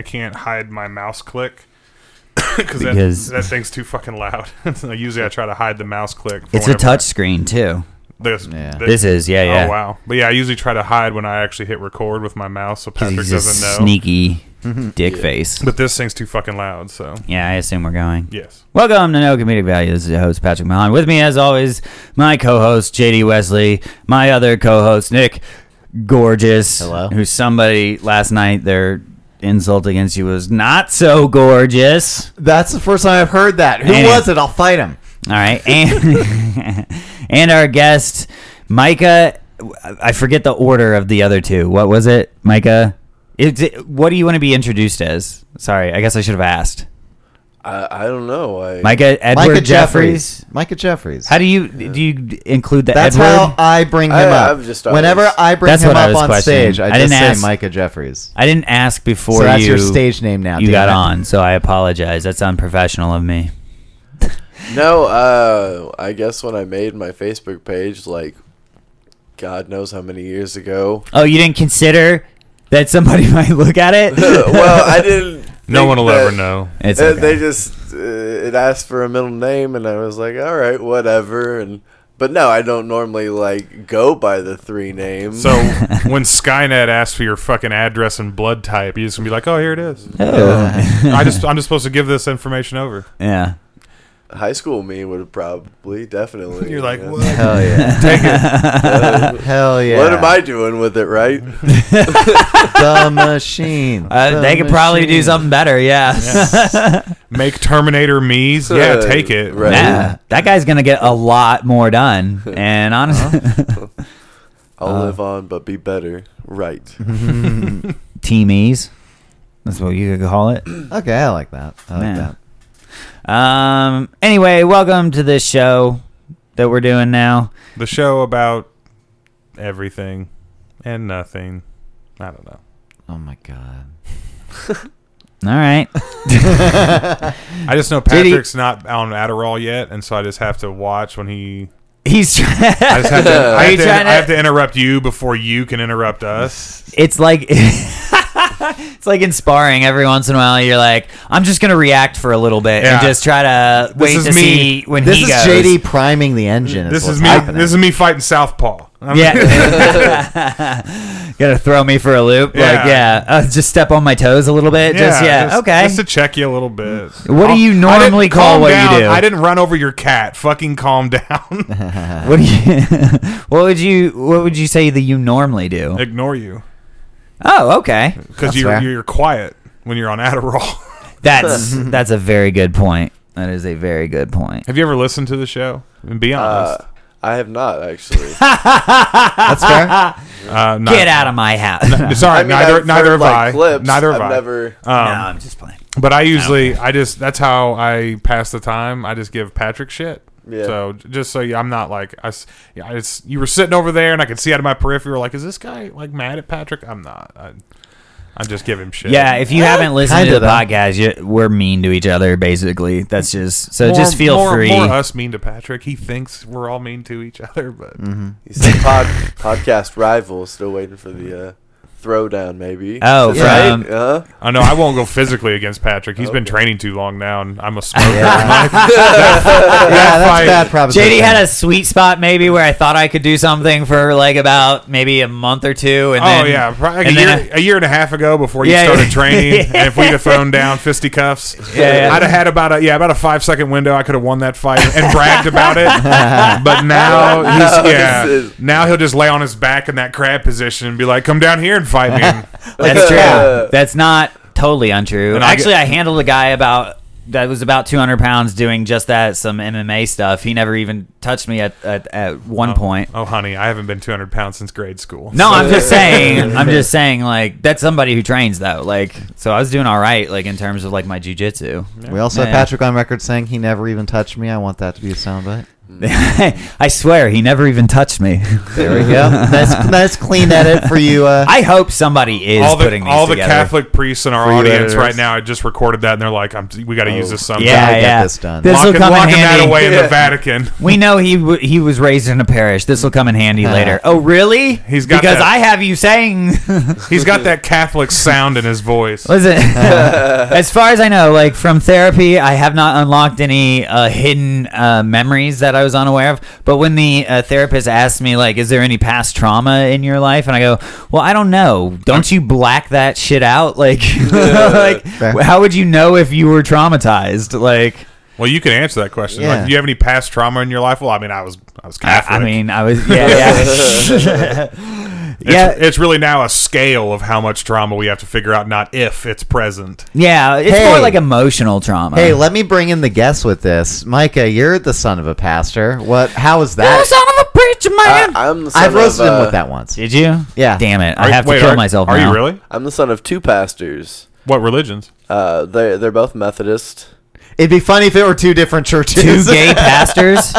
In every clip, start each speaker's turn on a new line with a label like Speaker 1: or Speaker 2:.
Speaker 1: I can't hide my mouse click cause that,
Speaker 2: Because-
Speaker 1: that thing's too fucking loud. so usually I try to hide the mouse click. for
Speaker 2: It's a
Speaker 1: whenever
Speaker 2: touch screen
Speaker 1: I-
Speaker 2: too.
Speaker 1: This,
Speaker 3: Yeah.
Speaker 2: This is yeah yeah.
Speaker 1: Oh wow! But yeah, I usually try to hide when I actually hit record with my mouse, so
Speaker 2: 'Cause
Speaker 1: Patrick
Speaker 2: he's a
Speaker 1: doesn't know.
Speaker 2: sneaky dick face.
Speaker 1: But this thing's too fucking loud, so
Speaker 2: Yeah, I assume we're going.
Speaker 1: yes.
Speaker 2: Welcome to No Comedic Value. This is your host Patrick Mahan. With me, as always, my co-host JD Wesley, my other co-host Nick Gorgeous,
Speaker 3: Hello.
Speaker 2: who somebody last night their insult against you was not so gorgeous.
Speaker 3: That's the first time I've heard that. Who
Speaker 2: Man.
Speaker 3: was it? I'll fight him.
Speaker 2: All right, and and our guest Micah. I forget the order of the other two. What was it, Micah? Is it, what do you want to be introduced as? Sorry, I guess I should have asked.
Speaker 4: I, I don't know. I,
Speaker 2: Micah Edward
Speaker 3: Micah
Speaker 2: Jeffries.
Speaker 3: Jeffries. Micah Jeffries.
Speaker 2: How do you do you include the
Speaker 3: That's
Speaker 2: Edward?
Speaker 3: how uh, I bring him
Speaker 4: I-
Speaker 3: up.
Speaker 4: I've just always-
Speaker 3: Whenever I bring
Speaker 2: That's
Speaker 3: him
Speaker 2: what I
Speaker 3: up
Speaker 2: was
Speaker 3: on
Speaker 2: questioning.
Speaker 3: stage, I,
Speaker 2: I
Speaker 3: just
Speaker 2: didn't
Speaker 3: say
Speaker 2: ask-
Speaker 3: Micah Jeffries.
Speaker 2: I didn't ask before
Speaker 3: So that's
Speaker 2: you
Speaker 3: your stage name now.
Speaker 2: you
Speaker 3: damn
Speaker 2: got
Speaker 3: it.
Speaker 2: on, so I apologize. That's unprofessional of me.
Speaker 4: no, uh, I guess when I made my Facebook page, like, God knows how many years ago.
Speaker 2: Oh, you didn't consider that somebody might look at it?
Speaker 4: well, I didn't.
Speaker 1: No
Speaker 4: think
Speaker 1: one will
Speaker 4: that-
Speaker 1: ever know.
Speaker 2: It's
Speaker 4: uh,
Speaker 2: okay.
Speaker 4: They just uh, it asked for a middle name, and I was like, all right, whatever. And but no, I don't normally like go by the three names.
Speaker 1: So when Skynet asks for your fucking address and blood type, you're just gonna be like, "Oh, here it is."
Speaker 2: Oh.
Speaker 1: I just I'm just supposed to give this information over.
Speaker 2: yeah.
Speaker 4: high school me would have probably definitely.
Speaker 1: You're like,
Speaker 4: yeah.
Speaker 1: "What?"
Speaker 3: Hell yeah.
Speaker 1: Take it.
Speaker 4: Uh,
Speaker 3: Hell yeah.
Speaker 4: What am I doing with it, right?
Speaker 3: The machine.
Speaker 2: Uh,
Speaker 3: The
Speaker 2: they could probably do
Speaker 3: machine.
Speaker 2: something better. Yeah.
Speaker 1: Make Terminator me's. Yeah,
Speaker 4: Uh,
Speaker 1: take it.
Speaker 4: right.
Speaker 2: Nah, that guy's gonna get a lot more done. And honestly,
Speaker 1: Uh-huh.
Speaker 4: I'll live on, but be better, right?
Speaker 2: teamies. That's what you could call it.
Speaker 3: Okay, I like that. I like
Speaker 2: Yeah.
Speaker 3: that.
Speaker 2: Um. Anyway, welcome to this show that we're doing now.
Speaker 1: The show about everything and nothing. I don't know.
Speaker 3: Oh my god.
Speaker 2: All right.
Speaker 1: I just know
Speaker 2: Did he-
Speaker 1: Patrick's not on Adderall yet, and so I just have to watch when he.
Speaker 2: He's.
Speaker 1: I just have to. I
Speaker 2: Are
Speaker 1: have
Speaker 2: you
Speaker 1: to,
Speaker 2: trying to-
Speaker 1: I have to interrupt you before you can interrupt us.
Speaker 2: it's like it's like in sparring every once in a while you're like i'm just gonna react for a little bit
Speaker 1: Yeah.
Speaker 2: and just try to wait
Speaker 1: is
Speaker 2: to
Speaker 1: me.
Speaker 2: see when
Speaker 3: This
Speaker 2: he
Speaker 3: is
Speaker 2: goes
Speaker 3: JD priming the engine.
Speaker 1: This
Speaker 3: what's
Speaker 1: is me.
Speaker 3: happening.
Speaker 1: This is me fighting Southpaw. I'm-
Speaker 2: yeah gotta throw me for a loop like
Speaker 1: Yeah.
Speaker 2: yeah uh, just step on my toes a little bit just yeah
Speaker 1: just-
Speaker 2: okay
Speaker 1: Just to check you a little bit.
Speaker 2: What do you
Speaker 1: I didn't-
Speaker 2: normally call
Speaker 1: calm
Speaker 2: what you
Speaker 1: down.
Speaker 2: do?
Speaker 1: I didn't run over your cat. Fucking calm down.
Speaker 2: what do you what would you what would you say that you normally do
Speaker 1: Ignore you
Speaker 2: oh okay
Speaker 1: because
Speaker 3: That's
Speaker 1: you're
Speaker 3: fair.
Speaker 1: you're quiet when you're on Adderall.
Speaker 2: that's that's a very good point that is a very good point
Speaker 1: Have you ever listened to the show? And be
Speaker 4: Uh,
Speaker 1: honest.
Speaker 4: I have not actually.
Speaker 3: That's fair.
Speaker 1: Uh, not-
Speaker 2: get out of my house
Speaker 1: Sorry,
Speaker 4: I mean,
Speaker 1: neither
Speaker 4: I've
Speaker 1: neither
Speaker 4: heard,
Speaker 1: have
Speaker 4: like,
Speaker 1: I.
Speaker 4: clips.
Speaker 1: Neither have
Speaker 4: I've
Speaker 1: I.
Speaker 4: never-
Speaker 1: Um,
Speaker 2: no i'm just playing
Speaker 1: But I usually, I just that's how I pass the time. I just give Patrick shit.
Speaker 4: Yeah.
Speaker 1: So j- just so you, I'm not like I, s- yeah, I just, you were sitting over there and I could see out of my peripheral like is this guy like mad at Patrick? I'm not. I, I just give him shit.
Speaker 2: Yeah, if you haven't listened to
Speaker 3: Kinda,
Speaker 2: the
Speaker 3: though.
Speaker 2: podcast, you, we're mean to each other. Basically, that's just so.
Speaker 1: More-
Speaker 2: just feel
Speaker 1: more-
Speaker 2: free.
Speaker 1: More us mean to Patrick. He thinks we're all mean to each other, but
Speaker 2: Mm-hmm.
Speaker 4: He said pod, podcast rival. Still waiting for the uh, throwdown, maybe.
Speaker 2: Oh,
Speaker 4: right.
Speaker 2: from-
Speaker 4: Uh-huh.
Speaker 1: I know I won't go physically against Patrick. He's been training too long now, and I'm a smoker.
Speaker 3: yeah, that's
Speaker 1: fight-
Speaker 3: bad proposition.
Speaker 2: JD had a sweet spot maybe where I thought I could do something for like about maybe a month or two, and
Speaker 1: Oh
Speaker 2: then
Speaker 1: yeah, probably like a,
Speaker 2: and then
Speaker 1: year, a year and a half ago before you
Speaker 2: Yeah,
Speaker 1: started
Speaker 2: yeah.
Speaker 1: training, and if we'd have thrown down fisticuffs,
Speaker 2: Yeah, yeah.
Speaker 1: I'd have had about a yeah about a five second window. I could have won that fight and bragged about it. But now he's yeah
Speaker 4: This is-
Speaker 1: now he'll just lay on his back in that crab position and be like, "Come down here and fight me." And
Speaker 2: that's
Speaker 4: Yeah.
Speaker 2: true. That's not totally untrue.
Speaker 1: uh, And I
Speaker 2: Actually, I handled a guy about that was about 200 pounds doing just that, some MMA stuff. He never even touched me at at, at one point.
Speaker 1: Oh honey, I haven't been 200 pounds since grade school.
Speaker 2: No, I'm just saying. I'm just saying. Like that's somebody who trains though. Like so, I was doing all right. Like in terms of like my jujitsu.
Speaker 3: We also
Speaker 2: Yeah.
Speaker 3: have Patrick on record saying he never even touched me. I want that to be a soundbite.
Speaker 1: Mm.
Speaker 2: I swear he never even touched me.
Speaker 3: There we go. That's that's clean edit for you. Uh,
Speaker 2: I hope somebody is
Speaker 1: all the
Speaker 2: putting these
Speaker 1: all the
Speaker 2: together.
Speaker 1: Catholic priests in our
Speaker 3: Free
Speaker 1: audience
Speaker 3: letters.
Speaker 1: right now. I just recorded that, and they're like, I'm, "We got to use this sometime."
Speaker 2: Oh. yeah,
Speaker 3: get
Speaker 2: yeah.
Speaker 3: this done.
Speaker 2: This will
Speaker 1: locking,
Speaker 2: come in
Speaker 1: locking
Speaker 2: handy.
Speaker 1: that away in
Speaker 4: Yeah.
Speaker 1: the Vatican.
Speaker 2: We know he w- he was raised in a parish. This will come in handy later. Oh, really?
Speaker 1: Uh-huh. He's got
Speaker 2: because
Speaker 1: that-
Speaker 2: I have you saying.
Speaker 1: He's got that Catholic sound in his voice.
Speaker 2: Listen, as far as I know, like from therapy, I have not unlocked any uh, hidden uh, memories that I was unaware of. But when the uh, therapist asked me, like, is there any past trauma in your life? And I go, well, I don't know. Don't you black that shit out? Like, like
Speaker 3: Fair.
Speaker 2: how would you know if you were traumatized? Like,
Speaker 1: Well, you can answer that question.
Speaker 3: Yeah.
Speaker 1: Like, do you have any past trauma in your life? Well, I mean, I was I was
Speaker 2: I,
Speaker 1: Catholic.
Speaker 2: I mean, I was, yeah, yeah.
Speaker 1: it's,
Speaker 2: yeah,
Speaker 1: it's really now a scale of how much trauma we have to figure out, not if it's present.
Speaker 2: yeah. It's more
Speaker 3: Hey.
Speaker 2: like emotional trauma.
Speaker 3: hey, let me bring in the guests with this, Micah. You're the son of a pastor. What? How is that?
Speaker 2: son of a preacher man.
Speaker 4: I, am the son
Speaker 3: I've roasted
Speaker 4: of,
Speaker 3: him
Speaker 4: uh,
Speaker 3: with that once.
Speaker 2: Did you?
Speaker 3: Yeah.
Speaker 2: Damn it! I
Speaker 1: Are-
Speaker 2: have to
Speaker 1: wait,
Speaker 2: kill
Speaker 1: are-
Speaker 2: myself.
Speaker 1: Are
Speaker 2: now.
Speaker 1: you really?
Speaker 4: I'm the son of two pastors.
Speaker 1: What religions?
Speaker 4: Uh, they they're both Methodist.
Speaker 3: It'd be funny if it were two different churches.
Speaker 2: two gay pastors?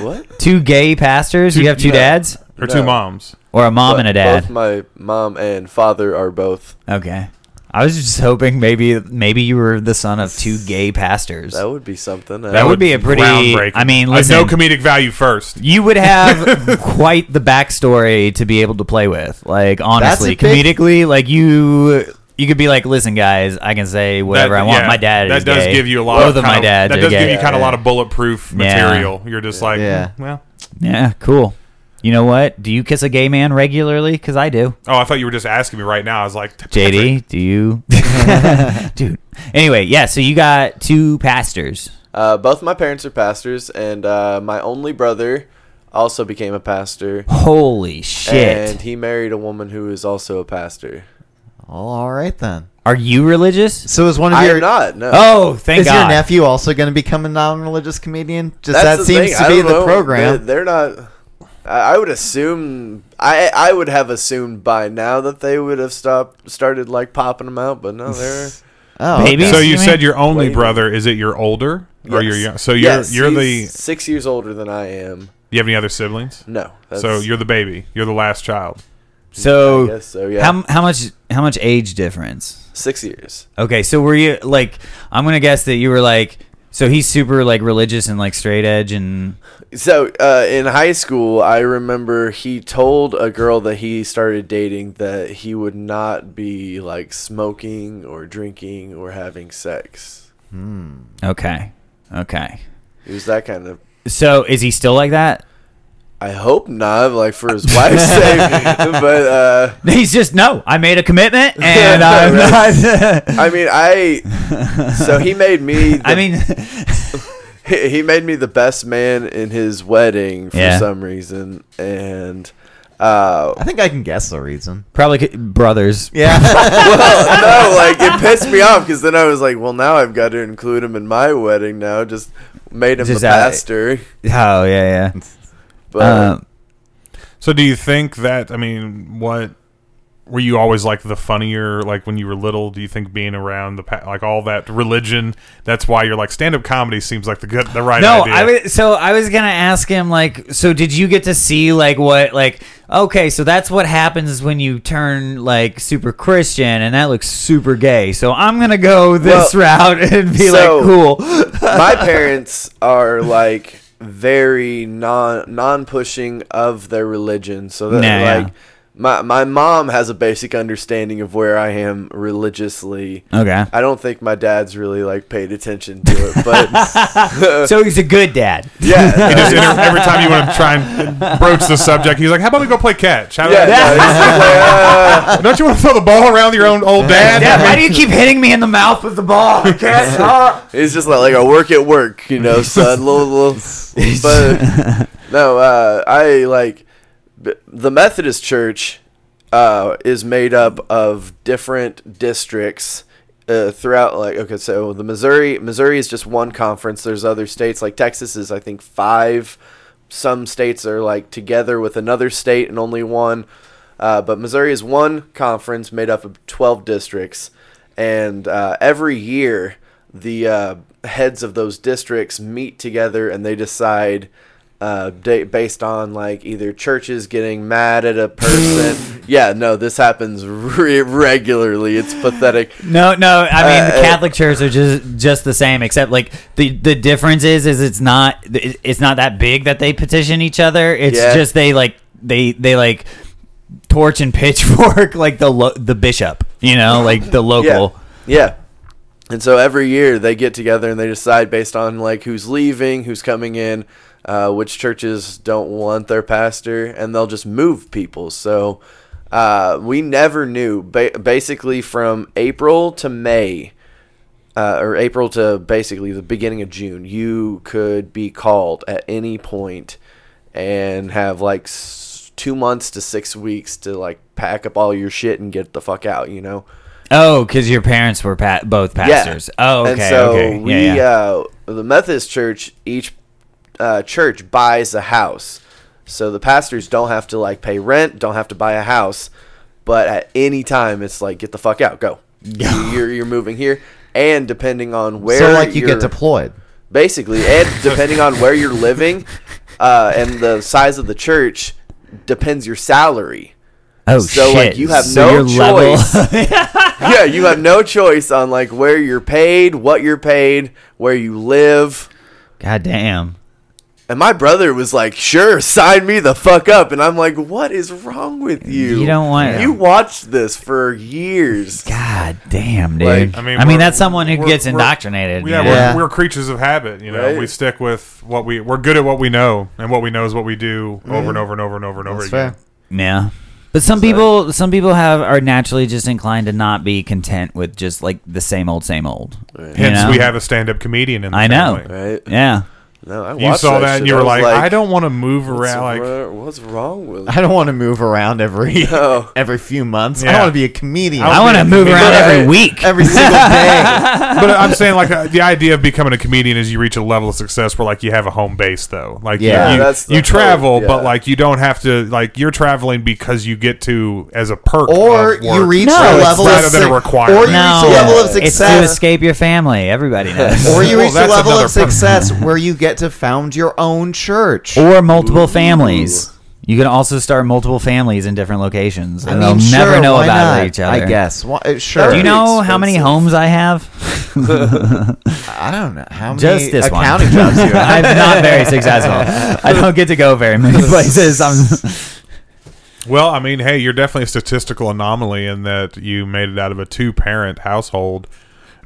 Speaker 4: What?
Speaker 2: Two gay pastors? you have two
Speaker 1: no.
Speaker 2: dads?
Speaker 1: Or two
Speaker 4: No.
Speaker 1: moms?
Speaker 2: Or a mom
Speaker 4: But
Speaker 2: and a
Speaker 4: Both
Speaker 2: dad?
Speaker 4: my mom and father are both.
Speaker 2: Okay. I was just hoping maybe maybe you were the son of two gay pastors.
Speaker 4: That would be something. uh,
Speaker 2: That would be a pretty-
Speaker 1: groundbreaking.
Speaker 2: I mean,
Speaker 1: Uh, no
Speaker 2: listen-
Speaker 1: comedic value first.
Speaker 2: You would have quite the backstory to be able to play with. Like honestly,
Speaker 3: a big-
Speaker 2: comedically, like you you could be like, "Listen guys, I can say whatever
Speaker 1: That-
Speaker 2: I want.
Speaker 1: yeah,
Speaker 2: my dad
Speaker 1: That
Speaker 2: is
Speaker 1: does
Speaker 2: gay.
Speaker 1: give you a lot.
Speaker 2: Both
Speaker 1: of,
Speaker 2: my
Speaker 1: kind of-
Speaker 2: dads
Speaker 1: That
Speaker 2: are
Speaker 1: does
Speaker 2: gay.
Speaker 1: give you kind of a
Speaker 4: Yeah.
Speaker 1: lot of bulletproof
Speaker 2: Yeah.
Speaker 1: material. You're just like,
Speaker 3: Yeah.
Speaker 1: "Mm, well,
Speaker 2: Yeah, cool. You know what? Do you kiss a gay man regularly? Cuz I do.
Speaker 1: oh, I thought you were just asking me right now. I was like,
Speaker 2: JD, do you? Dude. Anyway, yeah, so you got two pastors.
Speaker 4: Uh, both my parents are pastors, and uh, my only brother also became a pastor.
Speaker 2: Holy shit.
Speaker 4: And he married a woman who is also a pastor.
Speaker 3: Oh, all right then.
Speaker 2: Are you religious?
Speaker 3: So is one of
Speaker 4: I
Speaker 3: your
Speaker 4: am not.
Speaker 1: Uh,
Speaker 4: No.
Speaker 2: Oh, thank
Speaker 3: is
Speaker 2: God.
Speaker 3: your nephew also going to become a non-religious comedian? Just
Speaker 4: That's
Speaker 3: that
Speaker 4: the
Speaker 3: seems
Speaker 4: thing,
Speaker 3: to
Speaker 4: I
Speaker 3: be
Speaker 4: don't
Speaker 3: the
Speaker 4: know.
Speaker 3: program.
Speaker 4: They, are not. I, I would assume. I I would have assumed by now that they would have stopped started like popping them out, but no, they're
Speaker 3: Oh,
Speaker 2: Baby?
Speaker 1: So
Speaker 2: Yes,
Speaker 1: you
Speaker 2: you
Speaker 1: said
Speaker 2: mean-
Speaker 1: your only
Speaker 4: Wait.
Speaker 1: brother. Is it your older or your
Speaker 4: Yes.
Speaker 1: young? So Oh, you're
Speaker 4: Yes,
Speaker 1: you're the.
Speaker 4: he's six years older than I am.
Speaker 1: You have any other siblings?
Speaker 4: No,
Speaker 1: so
Speaker 4: that's-
Speaker 1: you're the baby. You're the last child.
Speaker 2: so,
Speaker 4: I guess so, yeah.
Speaker 2: how how much how much age difference?
Speaker 4: six years.
Speaker 2: Okay, so were you like I'm going to guess that you were like so he's super like religious and like straight edge and
Speaker 4: So uh, in high school, I remember he told a girl that he started dating that he would not be like smoking or drinking or having sex.
Speaker 3: Hmm.
Speaker 2: okay. Okay.
Speaker 4: It was that kind of.
Speaker 2: So is he still like that?
Speaker 4: I hope not, like for his wife's sake. But uh,
Speaker 2: He's just no, I made a commitment and I'm not
Speaker 4: I mean, I. So he made me. The,
Speaker 2: I mean
Speaker 4: he he made me the best man in his wedding for
Speaker 2: Yeah.
Speaker 4: some reason, and uh,
Speaker 3: I think I can guess the reason.
Speaker 2: probably c- brothers.
Speaker 3: Yeah.
Speaker 4: well, no, like it pissed me off because then I was like, well, now I've got to include him in my wedding. Now just made him
Speaker 2: Just,
Speaker 4: the
Speaker 2: uh,
Speaker 4: pastor.
Speaker 2: Oh, yeah, yeah.
Speaker 4: But
Speaker 2: Um,
Speaker 1: So do you think that? I mean, what were you always like the funnier? Like when you were little, do you think being around the pa- like all that religion? That's why you're like stand up comedy seems like the good the right
Speaker 2: no,
Speaker 1: idea.
Speaker 2: I was so I was gonna ask him like, so did you get to see like what like okay, so that's what happens when you turn like super Christian and that looks super gay. So I'm gonna go this
Speaker 4: Well,
Speaker 2: route and be
Speaker 4: so-
Speaker 2: like cool.
Speaker 4: my parents are like very non non pushing of their religion, so that
Speaker 2: Nah, yeah.
Speaker 4: like. My, my mom has a basic understanding of where I am religiously.
Speaker 2: Okay.
Speaker 4: I don't think my dad's really like paid attention to it, but
Speaker 2: So he's a good dad.
Speaker 4: yeah,
Speaker 1: He just inter- every time you want to try and broach the subject, he's like, "How about we go play catch? How
Speaker 4: yeah.
Speaker 1: about-
Speaker 4: no, he's just like, "Uh,
Speaker 1: Don't you want to throw the ball around your own old dad?
Speaker 2: Dad, why do you keep hitting me in the mouth with the ball? I can't stop.
Speaker 4: It's just like, like a work at work, you know, son. little, little, but no, uh, I like b- the Methodist Church uh, is made up of different districts uh, throughout. Like, okay, so the Missouri, Missouri is just one conference. There's other states like Texas is, I think, five. Some states are like together with another state and only one. Uh, but Missouri is one conference made up of 12 districts. And uh, every year, the uh, heads of those districts meet together and they decide uh, da- based on like either churches getting mad at a person. yeah, no, this happens re- regularly. It's pathetic.
Speaker 2: No, no. I mean,
Speaker 4: Uh,
Speaker 2: the Catholic Church are just just the same, except like the the difference is is it's not it- it's not that big that they petition each other. It's
Speaker 4: Yeah.
Speaker 2: just they like they they like torch and pitchfork like the lo- the bishop, you know, like the local.
Speaker 4: Yeah. And so every year they get together and they decide based on like who's leaving, who's coming in, uh, which churches don't want their pastor, and they'll just move people. So uh, we never knew. Ba- basically, from April to May, uh, or April to basically the beginning of June, you could be called at any point and have like s- two months to six weeks to like pack up all your shit and get the fuck out, you know?
Speaker 2: Oh, because your parents were pa- both pastors. Oh, okay,
Speaker 4: And so
Speaker 2: okay,
Speaker 4: we,
Speaker 2: yeah, yeah.
Speaker 4: Uh, the Methodist Church, each uh, church buys a house, so the pastors don't have to like pay rent, don't have to buy a house, but at any time it's like get the fuck out, go. you're you're moving here, and depending on where
Speaker 3: so like you
Speaker 4: you're-
Speaker 3: get deployed.
Speaker 4: basically, and depending on where you're living, uh, and the size of the church, depends your salary.
Speaker 2: oh
Speaker 4: uh, so,
Speaker 2: shit!
Speaker 4: like, you have
Speaker 2: So
Speaker 4: no
Speaker 2: your level-
Speaker 4: choice. yeah, you have no choice on like where you're paid, what you're paid, where you live.
Speaker 2: God damn.
Speaker 4: And my brother was like, "Sure, sign me the fuck up." And I'm like, "What is wrong with you?
Speaker 2: You don't want-
Speaker 4: You watched this for years.
Speaker 2: God damn, dude.
Speaker 4: Like-
Speaker 2: I mean,
Speaker 1: we're-
Speaker 2: that's someone who
Speaker 1: we're-
Speaker 2: gets
Speaker 1: we're-
Speaker 2: indoctrinated.
Speaker 1: Yeah,
Speaker 2: you know?
Speaker 3: Yeah.
Speaker 1: We're, we're creatures of habit. You know,
Speaker 4: Right.
Speaker 1: we stick with what we we're good at what we know, and what we know is what we do over and over and over and over and over
Speaker 3: That's
Speaker 1: again.
Speaker 3: fair.
Speaker 2: Yeah. But some people some people have are naturally just inclined to not be content with just like the same old same old. You
Speaker 1: Hence,
Speaker 2: know?
Speaker 1: we have a stand-up comedian in the
Speaker 2: I know.
Speaker 1: family.
Speaker 4: Right?
Speaker 2: Yeah.
Speaker 4: No, I watched
Speaker 1: You saw
Speaker 4: that,
Speaker 1: that,
Speaker 4: shit.
Speaker 1: and you
Speaker 4: I
Speaker 1: were
Speaker 4: was
Speaker 1: like, "I don't want to move
Speaker 4: What's,
Speaker 1: around." Like,
Speaker 4: wr- what's wrong with?"
Speaker 3: I don't want to move around every
Speaker 4: No.
Speaker 3: every few months. I
Speaker 1: Yeah.
Speaker 3: want to be a comedian
Speaker 2: I
Speaker 1: I'll
Speaker 2: want
Speaker 1: be
Speaker 2: to
Speaker 1: a
Speaker 2: move
Speaker 1: comedian.
Speaker 2: around every
Speaker 4: Right.
Speaker 2: week.
Speaker 3: every single day.
Speaker 1: but I'm saying like uh, the idea of becoming a comedian is you reach a level of success where like you have a home base though. Like you-
Speaker 3: Yeah,
Speaker 1: you,
Speaker 4: that's the
Speaker 1: you travel,
Speaker 4: hope,
Speaker 1: but
Speaker 4: yeah.
Speaker 1: like you don't have to like you're traveling because you get to as a perk
Speaker 3: Or
Speaker 1: of work.
Speaker 3: you reach
Speaker 2: No,
Speaker 3: a
Speaker 2: it's
Speaker 3: level
Speaker 1: rather
Speaker 3: of
Speaker 1: than a
Speaker 3: suc-
Speaker 1: requirement.
Speaker 3: Or you
Speaker 2: no,
Speaker 3: reach a level of
Speaker 2: it's to
Speaker 3: success.
Speaker 2: escape your family. Everybody knows.
Speaker 3: Or you
Speaker 1: Well,
Speaker 3: reach a
Speaker 1: that's
Speaker 3: level
Speaker 1: another
Speaker 3: of
Speaker 1: problem.
Speaker 3: success where you get to found your own church.
Speaker 2: or multiple families. You can also start multiple families in different locations, and they'll
Speaker 3: sure,
Speaker 2: never know
Speaker 3: why
Speaker 2: about
Speaker 3: not?
Speaker 2: each other.
Speaker 3: I guess. Why, uh, sure.
Speaker 2: Do you
Speaker 4: Very
Speaker 2: know how many
Speaker 4: expensive.
Speaker 2: homes I have?
Speaker 3: I don't know how many
Speaker 2: Just this one.
Speaker 3: accounting jobs you have.
Speaker 2: I'm not very successful. I don't get to go very many places. I'm,
Speaker 1: Well, I mean, hey, you're definitely a statistical anomaly in that you made it out of a two parent household.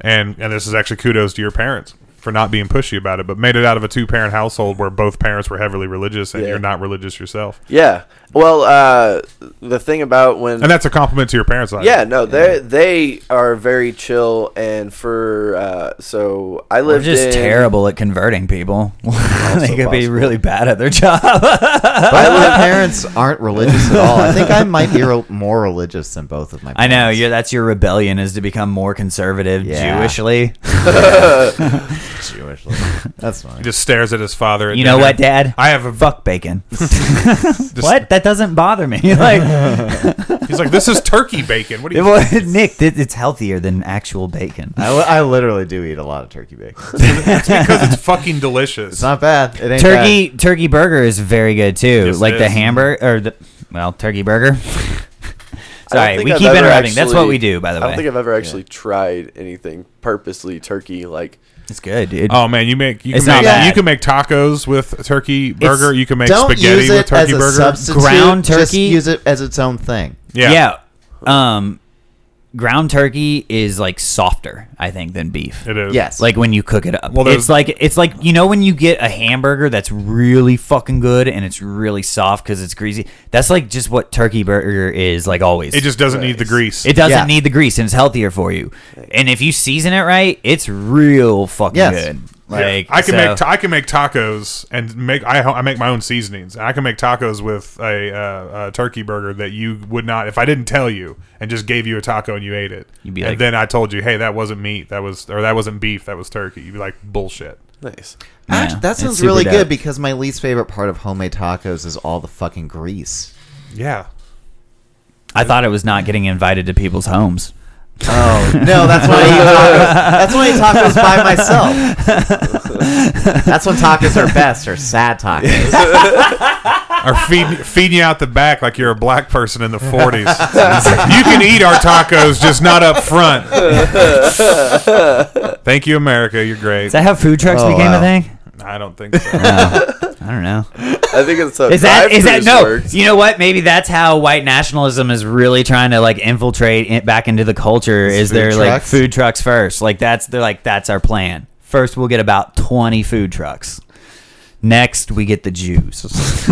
Speaker 1: And and this is actually kudos to your parents for not being pushy about it, but made it out of a two parent household where both parents were heavily religious and
Speaker 4: Yeah.
Speaker 1: you're not religious yourself.
Speaker 4: Yeah. Well, uh, the thing about when
Speaker 1: And that's a compliment to your parents. I
Speaker 4: Yeah, no, they they are very chill, and for uh, so I
Speaker 2: We're
Speaker 4: lived
Speaker 2: just
Speaker 4: in,
Speaker 2: terrible at converting people. they could be
Speaker 4: possible.
Speaker 2: really bad at their job.
Speaker 3: Both my parents aren't religious at all. I think I might be rel- more religious than both of my.
Speaker 2: I
Speaker 3: parents.
Speaker 2: know. You're, that's your rebellion is to become more conservative
Speaker 3: Yeah.
Speaker 2: Jewishly.
Speaker 3: Jewish. That's fine.
Speaker 1: He just stares at his father. at
Speaker 2: You know
Speaker 1: dinner.
Speaker 2: what, Dad?
Speaker 1: I have a
Speaker 2: Fuck bacon. what? That doesn't bother me. Like,
Speaker 1: He's like, this is turkey bacon. What do you?
Speaker 2: well, Nick, it, it's healthier than actual bacon.
Speaker 3: I, li- I literally do eat a lot of turkey bacon.
Speaker 1: It's because it's fucking delicious.
Speaker 3: It's not bad. It ain't
Speaker 2: Turkey turkey burger is very good too.
Speaker 1: Yes, it
Speaker 2: like the
Speaker 1: is.
Speaker 2: hamburger or the well turkey burger. Sorry,
Speaker 4: think
Speaker 2: we
Speaker 4: I've
Speaker 2: keep
Speaker 4: ever
Speaker 2: interrupting. That's what
Speaker 4: actually-
Speaker 2: we do, by
Speaker 4: I
Speaker 2: the
Speaker 4: don't think
Speaker 2: way.
Speaker 4: I've ever actually tried anything purposely turkey like.
Speaker 2: It's good, dude.
Speaker 1: Oh man, you make you
Speaker 2: It's
Speaker 1: can
Speaker 2: not
Speaker 1: make
Speaker 2: bad.
Speaker 1: you can make tacos with turkey burger. you can make
Speaker 3: Don't
Speaker 1: spaghetti
Speaker 3: use it
Speaker 1: with turkey
Speaker 3: as a
Speaker 1: burger.
Speaker 3: substitute.
Speaker 2: Ground
Speaker 3: Just
Speaker 2: turkey?
Speaker 3: use it as its own thing.
Speaker 1: yeah.
Speaker 2: Um, ground turkey is like softer, I think, than beef.
Speaker 1: it is.
Speaker 3: Yes.
Speaker 2: Like when you cook it up.
Speaker 1: Well, there's-
Speaker 2: it's like it's like you know when you get a hamburger that's really fucking good and it's really soft because it's greasy. That's like just what turkey burger is like always.
Speaker 1: it just doesn't need the grease.
Speaker 2: It doesn't
Speaker 3: Yeah.
Speaker 2: need the grease and it's healthier for you. And if you season it right, it's real fucking
Speaker 3: Yes.
Speaker 2: good.
Speaker 1: Yeah.
Speaker 2: Like
Speaker 1: I can
Speaker 2: so-
Speaker 1: make ta- I can make tacos and make I ho- I make my own seasonings. I can make tacos with a, uh, a turkey burger that you would not if I didn't tell you and just gave you a taco and you ate it.
Speaker 2: You'd be
Speaker 1: and
Speaker 2: like-
Speaker 1: then I told you, hey, that wasn't meat. That was or that wasn't beef. That was turkey. You'd be like bullshit.
Speaker 4: Nice.
Speaker 3: Act-
Speaker 2: Yeah,
Speaker 3: that
Speaker 2: it's
Speaker 3: sounds
Speaker 2: super
Speaker 3: really
Speaker 2: dope.
Speaker 3: good because my least favorite part of homemade tacos is all the fucking grease.
Speaker 1: Yeah.
Speaker 2: I thought it was not getting invited to people's homes.
Speaker 3: Oh no, that's when I eat tacos. That's when I eat tacos by myself. That's when tacos are best, or sad tacos.
Speaker 1: Or feed, feed you out the back like you're a black person in the 40s. you can eat our tacos, just not up front. Thank you, America. You're great.
Speaker 2: Is that how food trucks
Speaker 3: Oh,
Speaker 2: became
Speaker 3: wow.
Speaker 2: a thing?
Speaker 1: I don't think so.
Speaker 2: I don't know.
Speaker 4: I think it's a
Speaker 2: Is that is that no?
Speaker 4: Worked.
Speaker 2: You know what? Maybe that's how white nationalism is really trying to like infiltrate it back into the culture. Is
Speaker 3: food
Speaker 2: they're like
Speaker 3: trucks?
Speaker 2: food trucks first? Like that's they're like that's our plan. First, we'll get about twenty food trucks. Next, we get the Jews.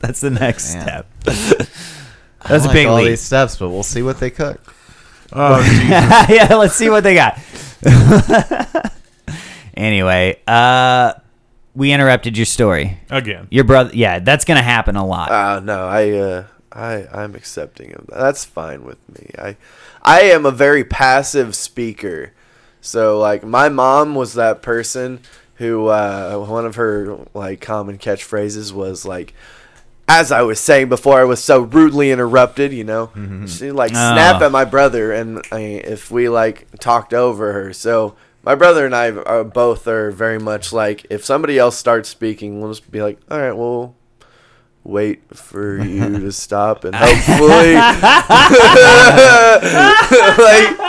Speaker 2: that's the next
Speaker 3: Man.
Speaker 2: step. That's
Speaker 3: I
Speaker 2: a
Speaker 3: like
Speaker 2: big
Speaker 3: all
Speaker 2: leap.
Speaker 3: these steps, but we'll see what they cook.
Speaker 1: Oh, geez.
Speaker 2: yeah, let's see what they got. anyway, uh, we interrupted your story.
Speaker 1: Again.
Speaker 2: Your brother, yeah, that's gonna happen a lot.
Speaker 4: Uh, no, I, uh, I, I'm accepting of that. That's fine with me. I, I am a very passive speaker. So like, my mom was that person who, uh, one of her like common catchphrases was like, as I was saying before, I was so rudely interrupted. You know,
Speaker 1: Mm-hmm.
Speaker 4: she like snap
Speaker 2: Ah.
Speaker 4: at my brother, and I, if we like talked over her, so. My brother and I are both are very much like if somebody else starts speaking, we'll just be like, "All right, well, wait for you to stop and hopefully like